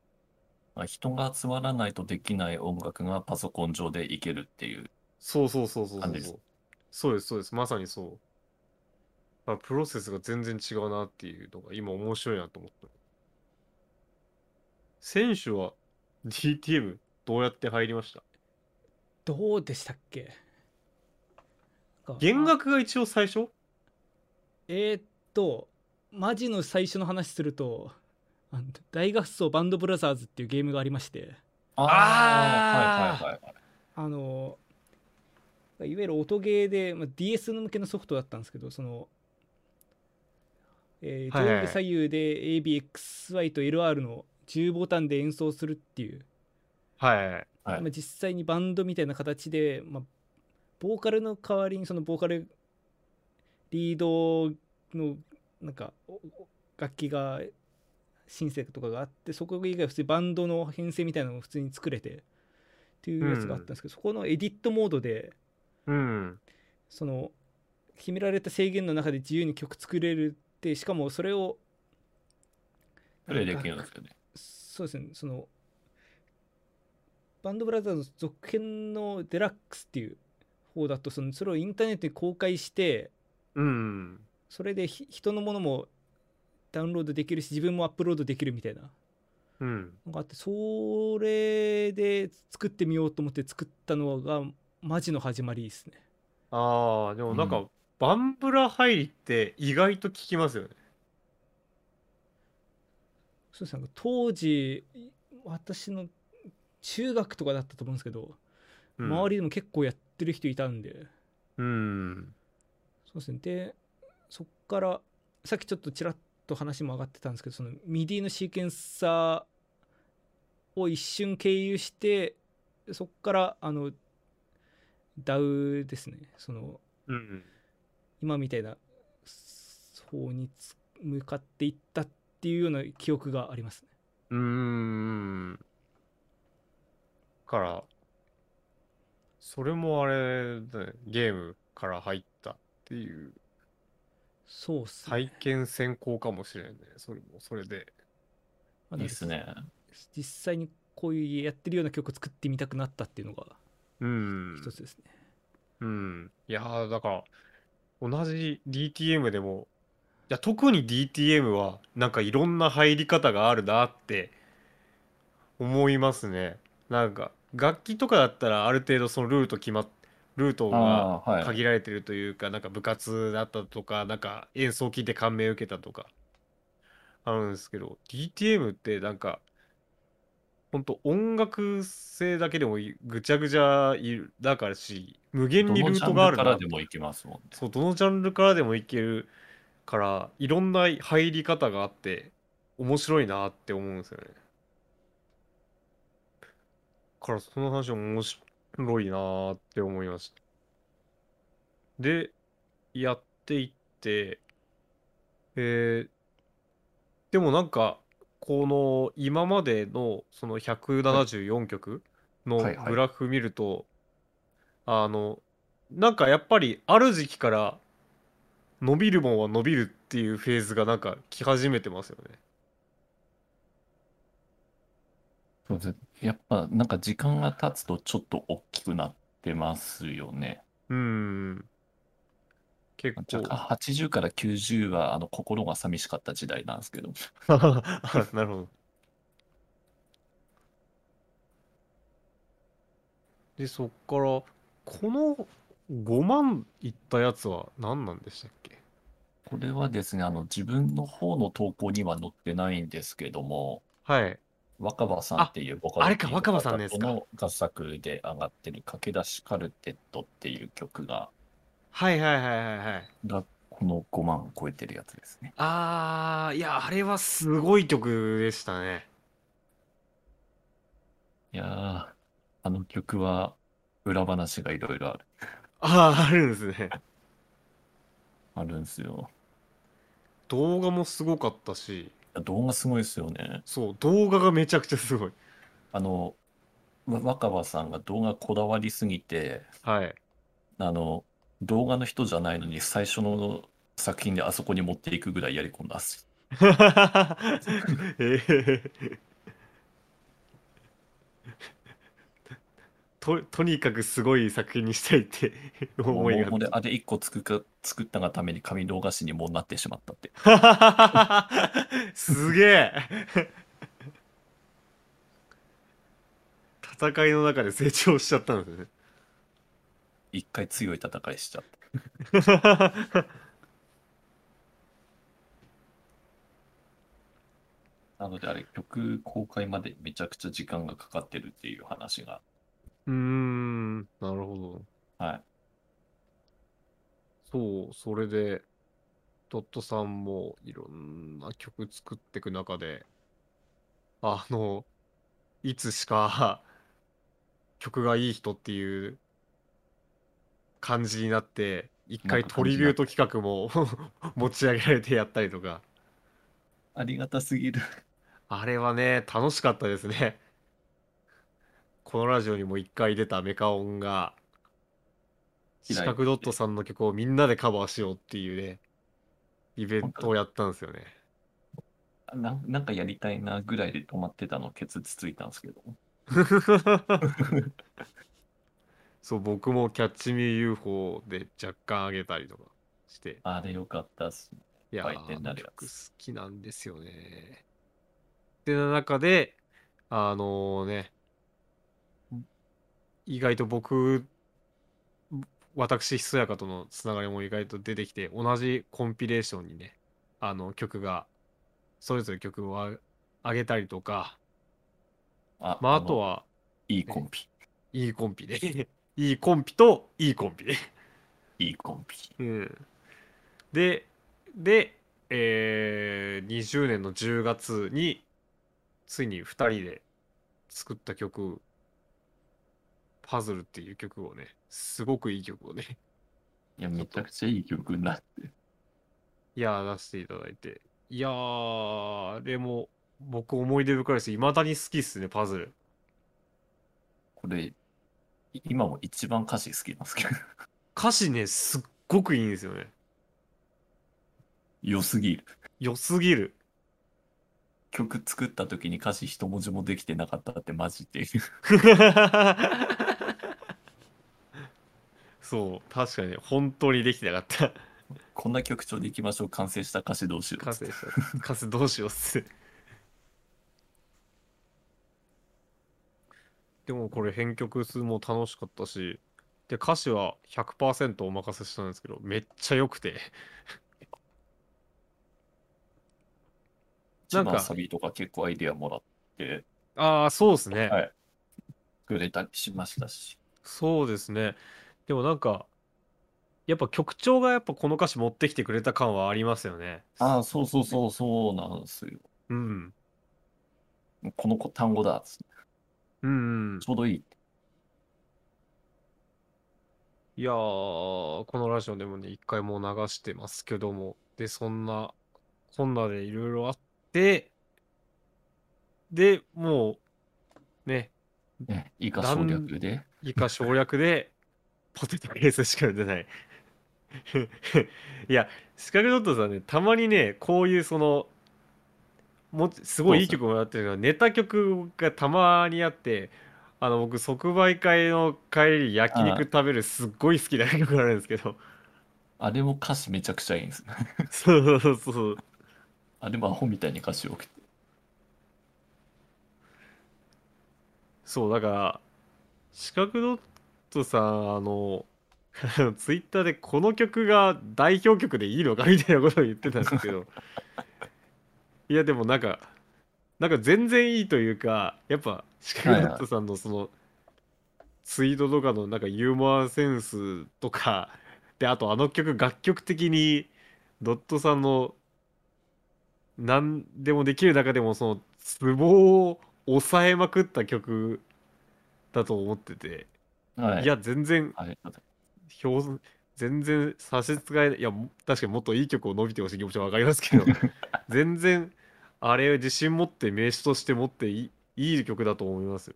C: まあ人が集まらないとできない音楽がパソコン上でいけるっていう。
B: そうそうそうそうそ
C: 感
B: う
C: じで
B: そ
C: す
B: う。そうですそうですまさにそう。まあ、プロセスが全然違うなっていうのが今面白いなと思った。選手は DTM どうやって入りました
A: どうでしたっけなんか
B: 弦楽が一応最初
A: えーっとマジの最初の話するとあの大合奏バンドブラザーズっていうゲームがありまして
B: あー
C: あーはいはいはい。
A: あのいわゆる音ゲーで、まあ、DS 向けのソフトだったんですけどその、えー
B: はいはい
A: 上下左右で ABXY と LR の10ボタンで演奏するっていう
B: はいはい。
C: はい
A: まあ、実際にバンドみたいな形で、まあ、ボーカルの代わりにそのボーカルリードのなんかおお楽器がシンセとかがあってそこ以外は普通にバンドの編成みたいなのを普通に作れてっていうやつがあったんですけど、そこのエディットモードで
B: うん。
A: その決められた制限の中で自由に曲作れるってしかもそれを
C: プレイできるんです よね。
A: そうですねそのバンドブラザーズの続編のデラックスっていう方だとそのそれをインターネットに公開して
B: うん。
A: それでひ人のものもダウンロードできるし自分もアップロードできるみたいな
B: うん。
A: のがあってそれで作ってみようと思って作ったのがマジの始まりですね
B: ああ、でもなん
C: う
B: か、バンブラ入りって意外と聞きますよね。
A: そうですね当時私の中学とかだったと思うんですけど、
B: うん
A: 周りでも結構やってる人いたんで
B: うん。
A: そうですね。で、そっから、さっきちょっとちらっと話も上がってたんですけど、その MIDI のシーケンサーを一瞬経由して、そっから、あの、DAW ですね。その、
B: うん。
A: 今みたいな方につ向かっていったっていうような記憶がありますね。
B: うーん。から、それもあれだね、ゲームから入ったっていう。
A: そうっすね。
B: 体験先行かもしれないね。それも、それで。
A: まあ
C: いいっす。
A: だか
C: ね。
A: ら実際にこういうやってるような曲を作ってみたくなったっていうのが
B: うん。
A: 一つですね。
B: うん。いやー、だから、同じ DTM でも、いや、特に DTM は、なんかいろんな入り方があるなって思いますね。なんか、楽器とかだったら、ある程度そのルート決まっ、ルートが、
C: ああ、はい。
B: 限られてるというか、なんか部活だったとか、なんか演奏聴いて感銘を受けたとか、あるんですけど、DTM ってなんか、ほんと音楽性だけでもいぐちゃぐちゃいるだからし、無限
C: ど
B: に
C: の
B: ル
C: ジ
B: ー
C: ャ
B: ト
C: ン
B: があ
C: ル
B: る
C: から
B: な
C: で。もいけますもんね。
B: そう、どのジャンルからでもいけるから、いろんな入り方があって、面白いなって思うんですよね。から、その話面白いなって思いました。で、やっていって、えーでもなんか、この今までのその174曲の
C: はいはい
B: グラフ見ると、あの、なんかやっぱりある時期から伸びるもんは伸びるっていうフェーズがなんか来始めてますよね。
C: そうですねやっぱなんか時間が経つとちょっと大きくなってますよね。
B: うん。結
C: 若干80から90はあの心が寂しかった時代なんですけど、
B: 構。 なるほど。で、そっから、この5万いったやつは何なんでしたっけ
C: これはですね、あの自分の方の投稿には載ってないんですけども、
B: はい。
C: 若葉さんっていうボカロ
B: あれか
C: P の
B: 若葉さんのやつか
C: 方の合作で上がってる駆け出しカルテットっていう曲が、
B: はいはいはいはいはい。
C: がこの5万超えてるやつですね。
B: あー、いや、あれはすごい曲でしたね。
C: いやー、あの曲は裏話がいろいろある、
B: あー、あるんですね。
C: あるんですよ。
B: 動画もすごかったし、
C: 動画すごいですよね。
B: そう、動画がめちゃくちゃすごい。
C: あの、わ若葉さんが動画こだわりすぎて、
B: はい。
C: あの、動画の人じゃないのに最初の作品であそこに持っていくぐらいやり込んだっす。
B: ええ と、とにかくすごい作品にしたいって 思いが
C: もうもうあれ一個作か作ったがために紙動画紙にもうなってしまったって。
B: あって。 すげえ戦いの中で成長しちゃったんですね。
C: 一回強い戦いしちゃった。なのであれ曲公開までめちゃくちゃ時間がかかってるっていう話が。
B: うーん、なるほど。
C: はい。
B: そう、それで、ドットさんもいろんな曲作っていく中で、あの、いつしか 曲がいい人っていう感じになって、一
C: なん
B: 回
C: か
B: トリビュート企画も 持ち上げられてやったりとか、
C: ありがたすぎる。
B: あれはね、楽しかったですね。 このラジオにも一回出たメカオンが、
C: 嫌
B: 四
C: い
B: 角ドットさんの曲をみんなでカバーしようっていうね、イベントをやったんですよ ね。
C: な、なんかやりたいなぐらいで止まってたのケツつついたんですけど。
B: そう、僕もキャッチミー UFO で若干上げたりとかして、
C: あれよかったっす。
B: いや
C: 売店にな
B: ー、
C: るやつ
B: 曲好きなんですよね。ってな中で、あのね、意外と僕、私、ひそやかとのつながりも意外と出てきて、同じコンピレーションにね、あの曲が、それぞれ曲をあ上げたりとか、
C: あ、
B: まあ、あ
C: の
B: とは、
C: いいコンビ。
B: いいコンピで。いいコンピと、いいコンピで。
C: いいコンビ。
B: うん。で、で、えー、20年の10月に、ついに2人で作った曲、パズルっていう曲をね、すごくいい曲をね、
C: いや、めちゃくちゃいい曲になって。
B: いやー、出していただいて。いやー、あれも、僕思い出深いです。未だに好きっすね、パズル。
C: これ、い今も一番歌詞好きなんですけど。
B: 歌詞ね、すっごくいいんですよね。
C: 良すぎる。
B: 良すぎる。
C: 曲作った時に歌詞一文字もできてなかったってマジで。
B: そう、確かに、本当にできてなかっ
C: こんな曲調でいきましょう。完成した歌詞どうしよ
B: た。
C: うっ
B: カ
C: つっ
B: ス
C: て。
B: でした。カスどうしようっす。でもこれ編曲数も楽しかったし、で、歌詞は100%お任せしたんですけど、めっちゃ良くて。
C: 一
B: なんか
C: 番サビとか結構アイディアもらって
B: ああ、そうですね。
C: はいくれたりしましたし。
B: そうですね。でもなんか、やっぱ曲調がやっぱこの歌詞持ってきてくれた感はありますよね。
C: ああ、そうそうそう、そうなんですよ。
B: うん。
C: この子単語だっつって。
B: うん、うん。
C: ちょうどいい。
B: いやー、このラジオでもね、一回もう流してますけども、で、そんな、こんなでいろいろあって、で、もう、ね、
C: ね、いいか省略で。
B: 以下省略で、ポテトケースしか出ない。 いや、スカルドットさんね、たまにね、こういうその、もすごいいい曲もらってるけど、ネタ曲がたまにあって、あの、僕、即売会の帰りに焼肉食べるすっごい好きな曲があるんですけど、
C: あれも歌詞めちゃくちゃいいんです。
B: そうそうそうそう。
C: あれもアホみたいに歌詞多くて。
B: そう、だから、四角ドットさん、あの、 ツイッターでこの曲が代表曲でいいのかみたいなことを言ってたんですけど、 いや、でもなんか、なんか全然いいというか、やっぱ四角ドットさんのその、ツイートとかのなんかユーモアセンスとか、で、あとあの曲、楽曲的に、ドットさんの、何でもできる中でも、その、ツボを抑えまくった曲だと思ってて、、
C: はいい。
B: や、全然、
C: あれだって
B: 表、全然差し支えない、いや、も確かにもっといい曲を伸びてほしい気持ちはわかりますけど、 全然、あれ、自信持って名手として持っていい、いい曲だと思いますよ。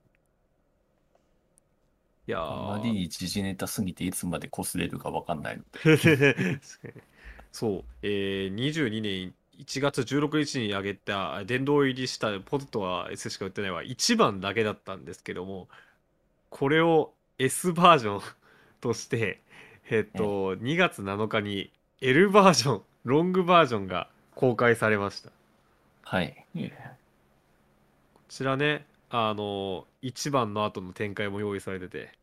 B: いやー
C: あまりに時事ネタすぎていつまで擦れるかわかんないので。
B: そう、えー、22年1月16日に上げた殿堂入りしたポテトは S しか売ってないは1番だけだったんですけどもこれを S バージョン としてえっと2月7日に L バージョンロングバージョンが公開されましたこ
C: はい。
B: ちらねあの1番の後の展開も用意されてて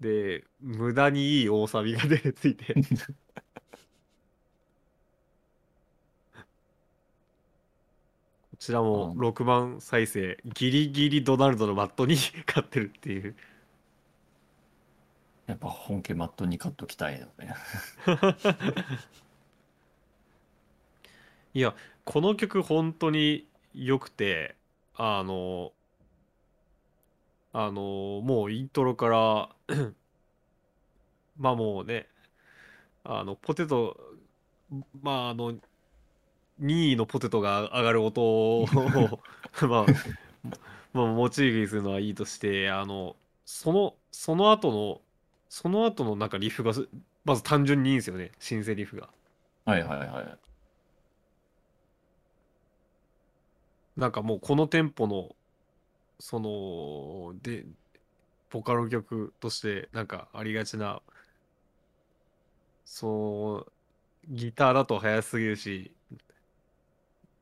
B: で無駄にいい大サビが出てついてこちらも
C: うん
B: 6万再生、ギリギリドナルドのバットに 勝ってるっていう。
C: やっぱ本家マットに買っときたいのね。
B: いや、この曲本当に良くて、あの、あの、もうイントロから、 まあもうね、あの、ポテト、まああの、2位のポテトが上がる音を、 まあ、まあ、モチーフにするのはいいとして、あの、その、その後の、その後のなんかリフがす、まず単純にいいんですよね、シンセリフが。
C: はいはいはい。
B: なんかもうこのテンポの、その、で、ボカロ曲として、なんかありがちな、そう、ギターだと速すぎるし、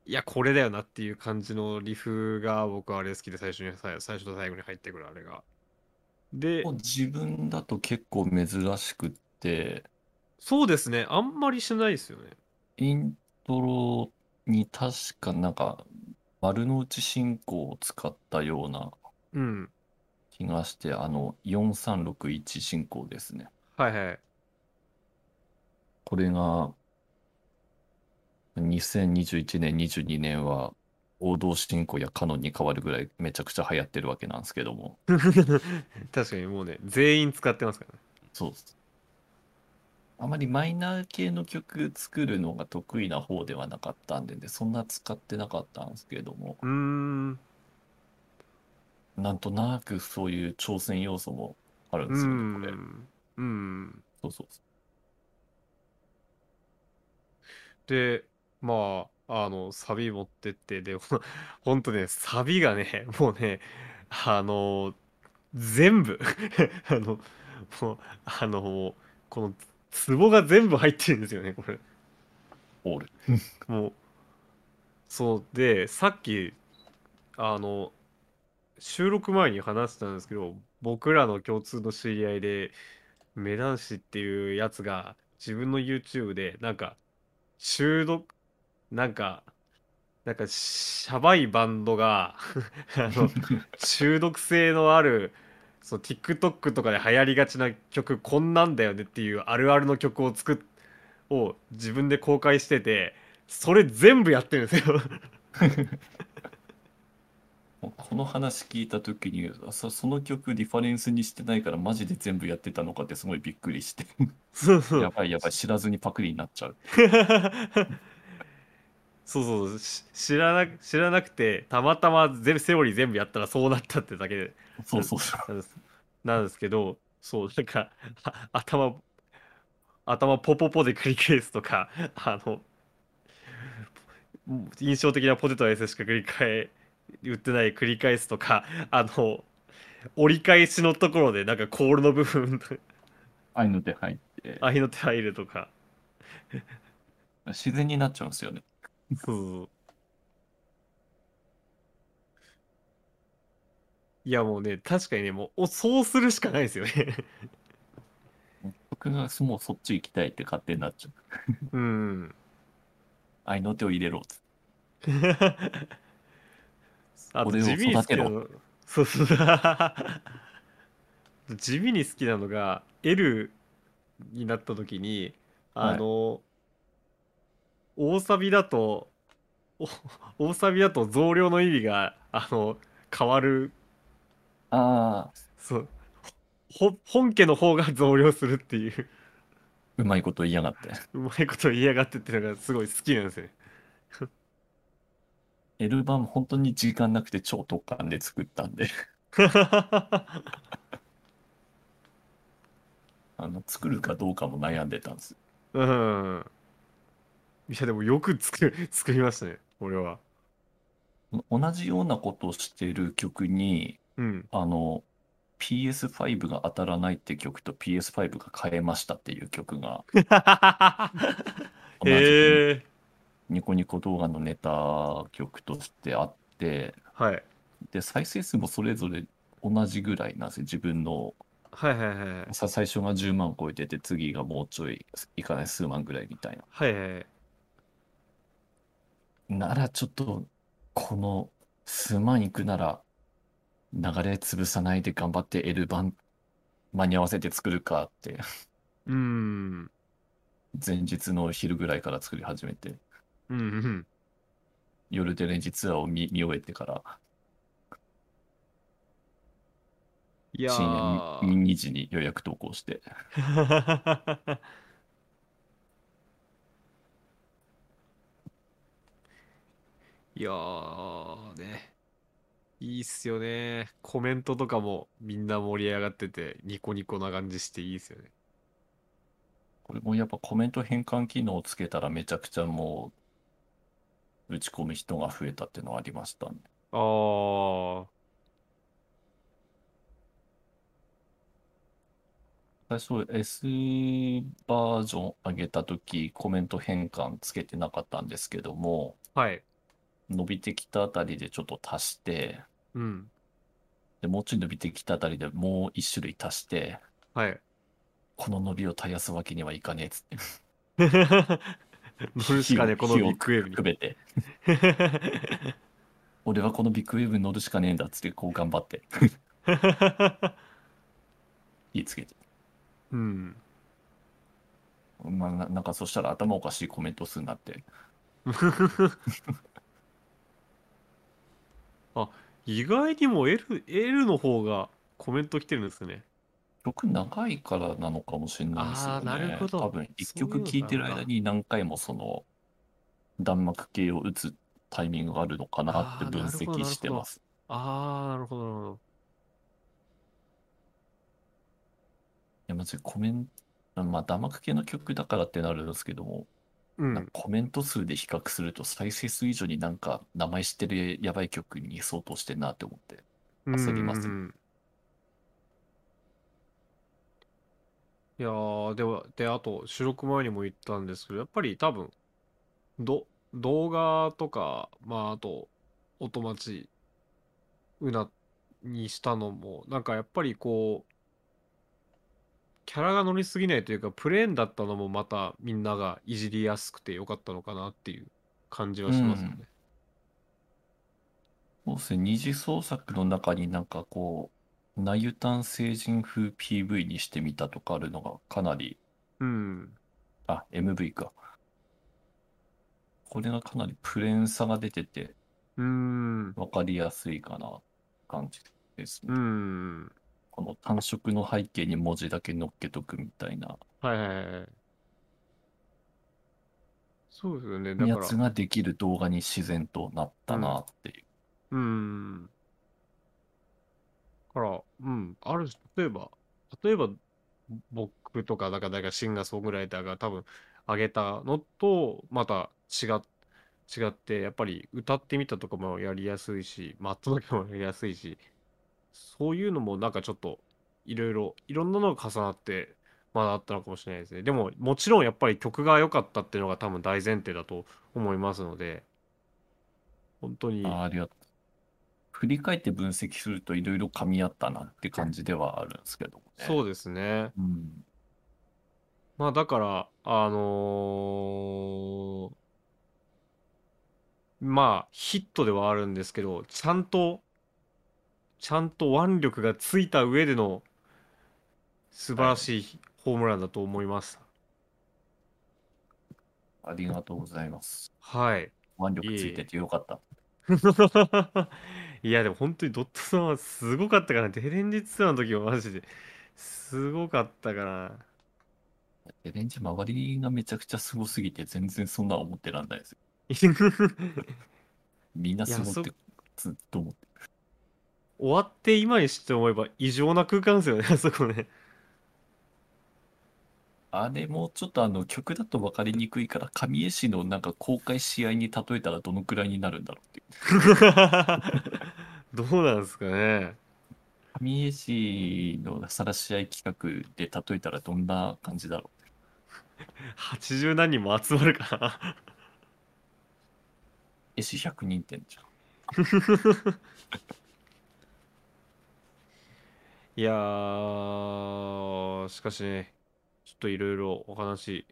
B: いや、これだよなっていう感じのリフが、僕はあれ好きで最初に、最最初と最後に入ってくるあれが。で、
C: 自分だと結構珍しくって、
B: そうですね、あんまりしないですよね。
C: イントロに確かなんか丸の内進行を使ったような
B: うん。
C: 気がして、あの4361進行ですね。
B: はいはい。
C: これが2021年、22年は王道進行やカノンに変わるぐらいめちゃくちゃ流行ってるわけなんですけども。
B: 確かにもうね、全員使ってますからね。
C: そうです。あまりマイナー系の曲作るのが得意な方ではなかったんでね、そんな使ってなかったんですけれども、
B: うーん。
C: なんとなくそういう挑戦要素もあるん
B: う
C: ですよね、これ。
B: ん。うん。
C: そうそうそ
B: で、まあ、あの、サビ持ってって、で、ほん ほんとね、サビがね、 もうね、あの、全部、 あの、もう、あの、もうこの、ツボが全部入ってるんですよね、これ。
C: オール。
B: もう、そうで、さっき、あの、収録前に話したんですけど、僕らの共通の知り合いで、メダンシっていうやつが、自分の YouTube で、なんか、中毒、なんか、なんか、しゃばいバンドが、あの、中毒性のある、その TikTok とかで流行りがちな曲、こんなんだよねっていうあるあるの曲を作っ、を自分で公開してて、それ全部やってるんですよ。
C: もうこの話聞いた時にそ、その曲リファレンスにしてないからマジで全部やってたのかってすごいびっくりして、
B: そうそ
C: や
B: う。
C: ばいやばい知らずにパクリになっちゃう。
B: そうそうし知らな知らなくてたまたま全部セオリー全部やったらそうなったってだけで
C: そうそうそ
B: な
C: う。
B: んですなんですけどそうなんかあ頭頭ポポポで繰り返すとかあの印象的なポテトや S しか繰り返売ってない繰り返すとかあの折り返しのところでなんかコールの部分
C: 愛の手入って、
B: 愛の手入るとか
C: 自然になっちゃうんですよね。
B: そうそうそういやもうね確かにねもうおそうするしかないですよね
C: 僕がもうそっち行きたいって勝手になっ ちゃう。
B: うん
C: 愛の手を入れろっつって。
B: あと
C: 俺を
B: 地味に好
C: 育
B: き
C: て
B: な
C: ろ
B: のそうそう 地味に好きなのが L になった時にあの、大サビだとお大サビだと増量の意味があの変わる
C: ああ、
B: そうほ本家の方が増量するっていう
C: うまいこと言いやがって。
B: うまいこと言いやがってっていうのがすごい好きなんですよね。
C: L 版本当に時間なくて超特感で作ったんで、 あの作るかどうかも悩んでたんです。
B: うん。いや、でもよく作る、 作りましたね、俺は。
C: 同じようなことをしてる曲に、
B: うん。
C: あの、PS5 が当たらないって曲と PS5 が変えましたっていう曲が、同じく
B: へえ。
C: ニコニコ動画のネタ曲としてあって、
B: はい。
C: で、再生数もそれぞれ同じぐらいなんですよ。自分の、
B: はいはいはいはい。
C: さ、最初が10万超えてて、次がもうちょいいかない数万ぐらいみたいな。
B: はいはいはい。
C: ならちょっと、この数万いくなら、流れ潰さないで頑張って L 版間に合わせて作るかって、
B: うん。
C: 前日の昼ぐらいから作り始めて、
B: うんうん。
C: 夜でレンジツアーを見、見終えてから、
B: いや
C: 深夜
B: ー。
C: に2時に予約投稿して、
B: いやーね。いいっすよね。コメントとかもみんな盛り上がってて、ニコニコな感じしていいっすよね。
C: これもやっぱコメント変換機能をつけたらめちゃくちゃもう、打ち込む人が増えたっていうのはありましたね。
B: ああ。
C: 最初 S バージョン上げた時コメント変換つけてなかったんですけども
B: はい。
C: 伸びてきたあたりでちょっと足して
B: うん。
C: でもうちょい伸びてきたあたりでもう一種類足して
B: はい。
C: この伸びを絶やすわけにはいかねえっつって
B: 乗るしかね、このビッグウェーブに
C: 含。めて俺はこのビッグウェーブに乗るしかねえんだっつってこう頑張って 言いつけて
B: うん。
C: まあななんかそしたら頭おかしいコメント数になって
B: 意外にも L, L の方がコメント来てるんですね。
C: 曲長いからなのかもしれないですよ
B: あーなる
C: ね。
B: ほど
C: 多分一曲
B: そういうの
C: 聴いてる
B: なんだ
C: 間に何回もその弾幕系を打つタイミングがあるのかなって
B: あー
C: 分
B: なるほど
C: 析してます。
B: ああ、なるほど、なるほど。
C: いや、まずコメント、まあ弾幕系の曲だからってなるんですけども、
B: う
C: なんか
B: ん。
C: コメント数で比較すると再生数以上になんか名前知ってるやばい曲に相当してんなって思って。焦りま
B: う
C: す
B: んうんうんいやーではであと収録前にも言ったんですけどやっぱり多分ど動画とかまああと音待ちうなにしたのもなんかやっぱりこうキャラが乗りすぎないというかプレーンだったのもまたみんながいじりやすくてよかったのかなっていう感じはしますよね。
C: そうですね、二次創作の中になんかこう、ナユタン成人風 PV にしてみたとかあるのがかなり、
B: うん、
C: あ、MV か。これがかなりプレーンさが出てて
B: うん、
C: 分かりやすいかな感じです
B: う
C: ね。
B: ん
C: この単色の背景に文字だけ乗っけとくみたいな
B: はいはいはいはい。そうですよね。だ
C: や
B: から
C: つ、ができる動画に自然となったなっていう。
B: うん。だから、うん、ある、例えば、例えば、僕とか、だから、だからシンガーソングライターが多分、あげたのと、また違っ、違って、やっぱり歌ってみたとかもやりやすいし、マットとかもやりやすいし、そういうのもなんかちょっと、いろいろ、いろんなのが重なって、まだあったのかもしれないですね。でも、もちろんやっぱり曲が良かったっていうのが多分大前提だと思いますので、本当に、
C: あーありがとう。振り返って分析するといろいろ噛み合ったなって感じではあるんですけどもね。
B: そうですね。
C: うん。
B: まあだから、あのーまあヒットではあるんですけど、ちゃんと、ちゃんと腕力がついた上での素晴らしいホームランだと思います。
C: ありがとうございます。
B: はい。
C: 腕力ついててよかった。
B: いやでも本当にドットさんはすごかったから、デレンジツアーの時もマジで、すごかったから。
C: でレンジ周りがめちゃくちゃすごすぎて全然そんな思ってらんないですよ。みんなすごっ
B: い
C: て
B: や
C: ずっと思って。
B: 終わって今にして思えば異常な空間ですよね、あそこね。
C: あれもちょっとあの曲だと分かりにくいから神絵師のなんか公開試合に例えたらどのくらいになるんだろうっていう。
B: どうなんですかね。
C: 神絵師のさら試合企画で例えたらどんな感じだろう。
B: 80何人も集まるかな。
C: 絵師100人点じゃん。
B: いやー、しかしね、ちょっといろいろお話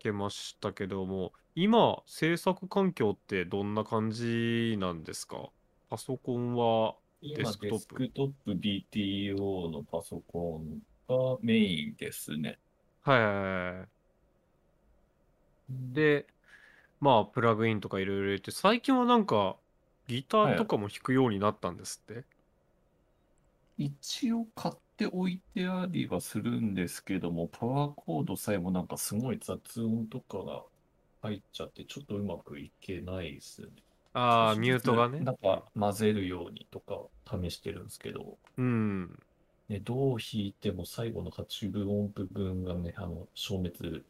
B: 聞けましたけども、今、制作環境ってどんな感じなんですかパソコンは、
C: 今、
B: デ
C: デ
B: ス
C: ス
B: ク
C: クトップ BTO のパソコンがメインですね。
B: はいはいはい。で、まあ、プラグインとかいろいろ入れて、最近はなんか、ギターとかも弾くようになったんですって。
C: 一応買っておいてありはするんですけども、パワーコードさえもなんかすごい雑音とかが入っちゃって、ちょっとうまくいけないですね。
B: ああ、
C: 少し
B: ミュー
C: ずつ
B: トがね。
C: なんか混ぜるようにとか試してるんですけど、
B: うん。
C: ね、どう弾いても最後の8分音符分がね、あの、消滅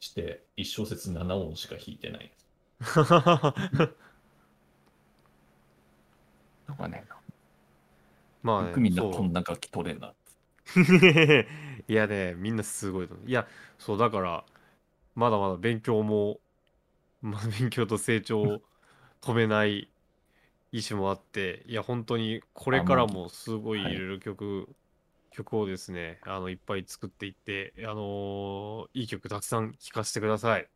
C: して、1小節7音しか弾いてない。とかね、
B: まあ
C: よ
B: ね、
C: くみんな
B: そう
C: こんな楽器取れんな。
B: いやね、みんなすごいと思う。いや、そう、だから、まだまだ勉強も、 まあ、勉強と成長を止めない意志もあって、いや、本当にこれからもすごい
C: はい
B: いろいろ曲、曲をですね、あの、いっぱい作っていって、あのーいい曲たくさん聴かせてください。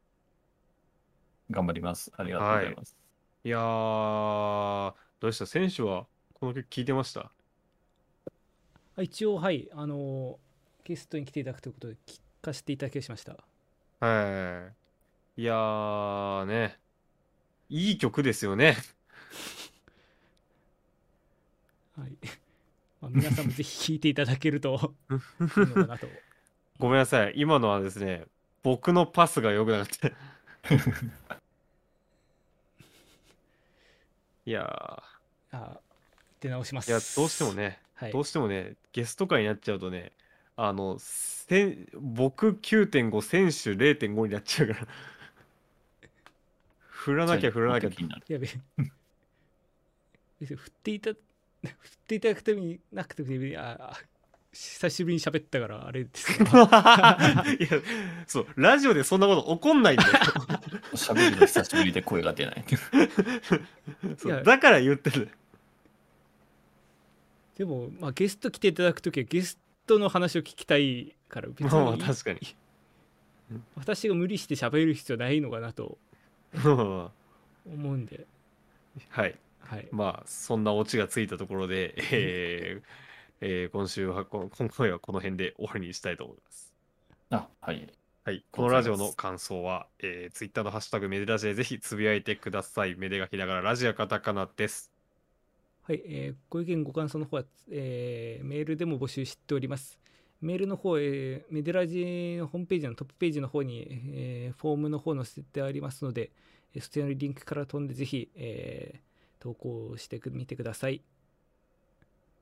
C: 頑張ります。ありがとうございます。
B: いやー、どうでした選手はこの曲聴いてました
A: あ一応はいあのーゲストに来ていただくということで聞かせていただきました
B: はい。いやーね、いい曲ですよね。
A: はい、まあ、皆さんもぜひ聞いていただけるといいのかなと
B: ごめんなさい、今のはですね、僕のパスが良くなか った。いや
A: あ出直しま
B: ー、
A: す
B: いや、どうしてもね、
A: はい
B: どうしてもね、ゲスト会になっちゃうとね、あの、せん僕9.5、選手0.5になっちゃうから。 振らなきゃ振らなきゃ
C: ちょっと気になる。
A: やべえ。別に振っていた、振っていただくためになくてもいいああ久しぶりに喋ったから、あれです けど。
B: いやそうラジオでそんなこと起こんないんだよ
C: 喋るの久しぶりで声が出ない。
B: そ
A: いうや
B: だから言ってる
A: でも、まあ、ゲスト来ていただくときは、ゲストの話を聞きたいから、別
B: まあまあ
A: に
B: 確かに
A: 私が無理して喋る必要ないのかなと
B: まあまあま
A: 思うんで、
B: あはい
A: はい。
B: まあそんなオチがついたところで、えーえー今週はこ今回はこの辺で終わりにしたいと思います。
C: あ、はい。
B: はい、こ
C: ご
B: の
C: ざい
B: ラ
C: ます
B: ジオの感想は、えー、ツイッターのハッシュタグメデラジでぜひつぶやいてください。メデがひらがらラジアカタカナです。
A: はい、えーご意見、ご感想の方は、えーメールでも募集しております。メールの方、えーメデラジのホームページのトップページの方に、えーフォームの方載せてありますので、えーそちらのリンクから飛んで、ぜひ、えー投稿してみてください。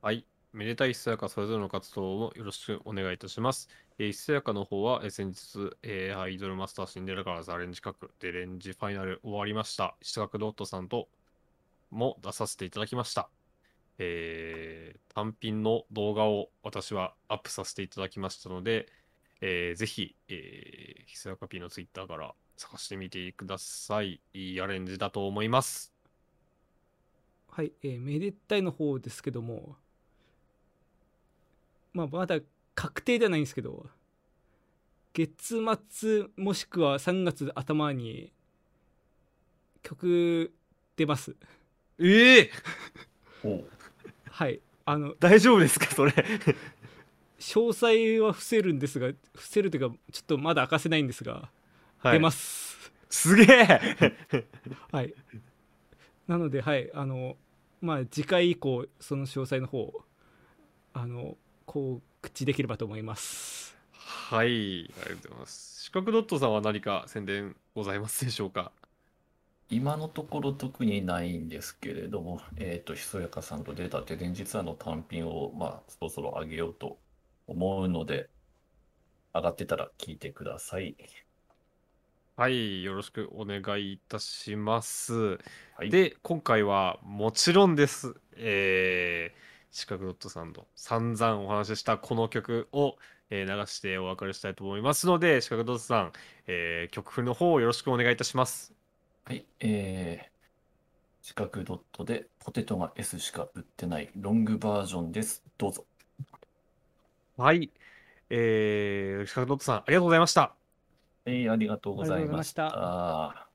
B: はい。めでたいひそやかそれぞれの活動もよろしくお願いいたします。えー、ひそやかの方は、えー先日、えーアイドルマスターシンデレラからザレンジ角でレンジファイナル終わりました。七角ドットさんとも出させていただきました。えー単品の動画を私はアップさせていただきましたので、えーぜひ、えー、ひそやか P のツイッターから探してみてください。いいアレンジだと思います。
A: はい、えー、めでたいの方ですけども、まあ、まだ確定ではないんですけど、月末もしくは3月頭に曲出ます。
B: ええ
C: おう
A: はい、あの
B: 大丈夫ですかそれ。
A: 詳細は伏せるんですが伏せるというかちょっとまだ明かせないんですが、
B: はい
A: 出ます
B: すげえ
A: はいなのではいあのまあ次回以降その詳細の方あのこう口できればと思います
B: はい、ありがとうございます。四角ドットさんは何か宣伝ございますでしょうか
C: 今のところ特にないんですけれども、えっと、ひそやかさんとデータって連日あの単品を、まあ、そろそろ上げようと思うので、上がってたら聞いてください。
B: はい、よろしくお願いいたします。
C: はい。
B: で、今回はもちろんです。えー、四角ドットさんと散々お話ししたこの曲を、えー流してお別れしたいと思いますので、四角ドットさん、えー曲譜の方をよろしくお願いいたします。
C: はい、えー、四角ドットでポテトが S しか売ってないロングバージョンです。どうぞ。
B: はい、えー、四角ドットさん、ありがとうございました。
C: えー、ありがとうございまし
A: ありがとう
C: た。
A: は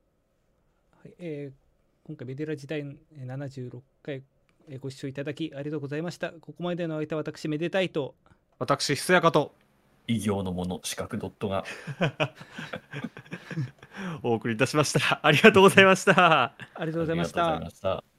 A: いえー今回メデラ時代76回えーご視聴いただきありがとうございましたここまでの相手は私めでたいと
B: 私、ひそやかと。
C: 異形のもの、四角ドットが。
B: お送りいたしました。ありがとうございました。
A: ありが
C: あ
A: とうございました
C: りがとうございました。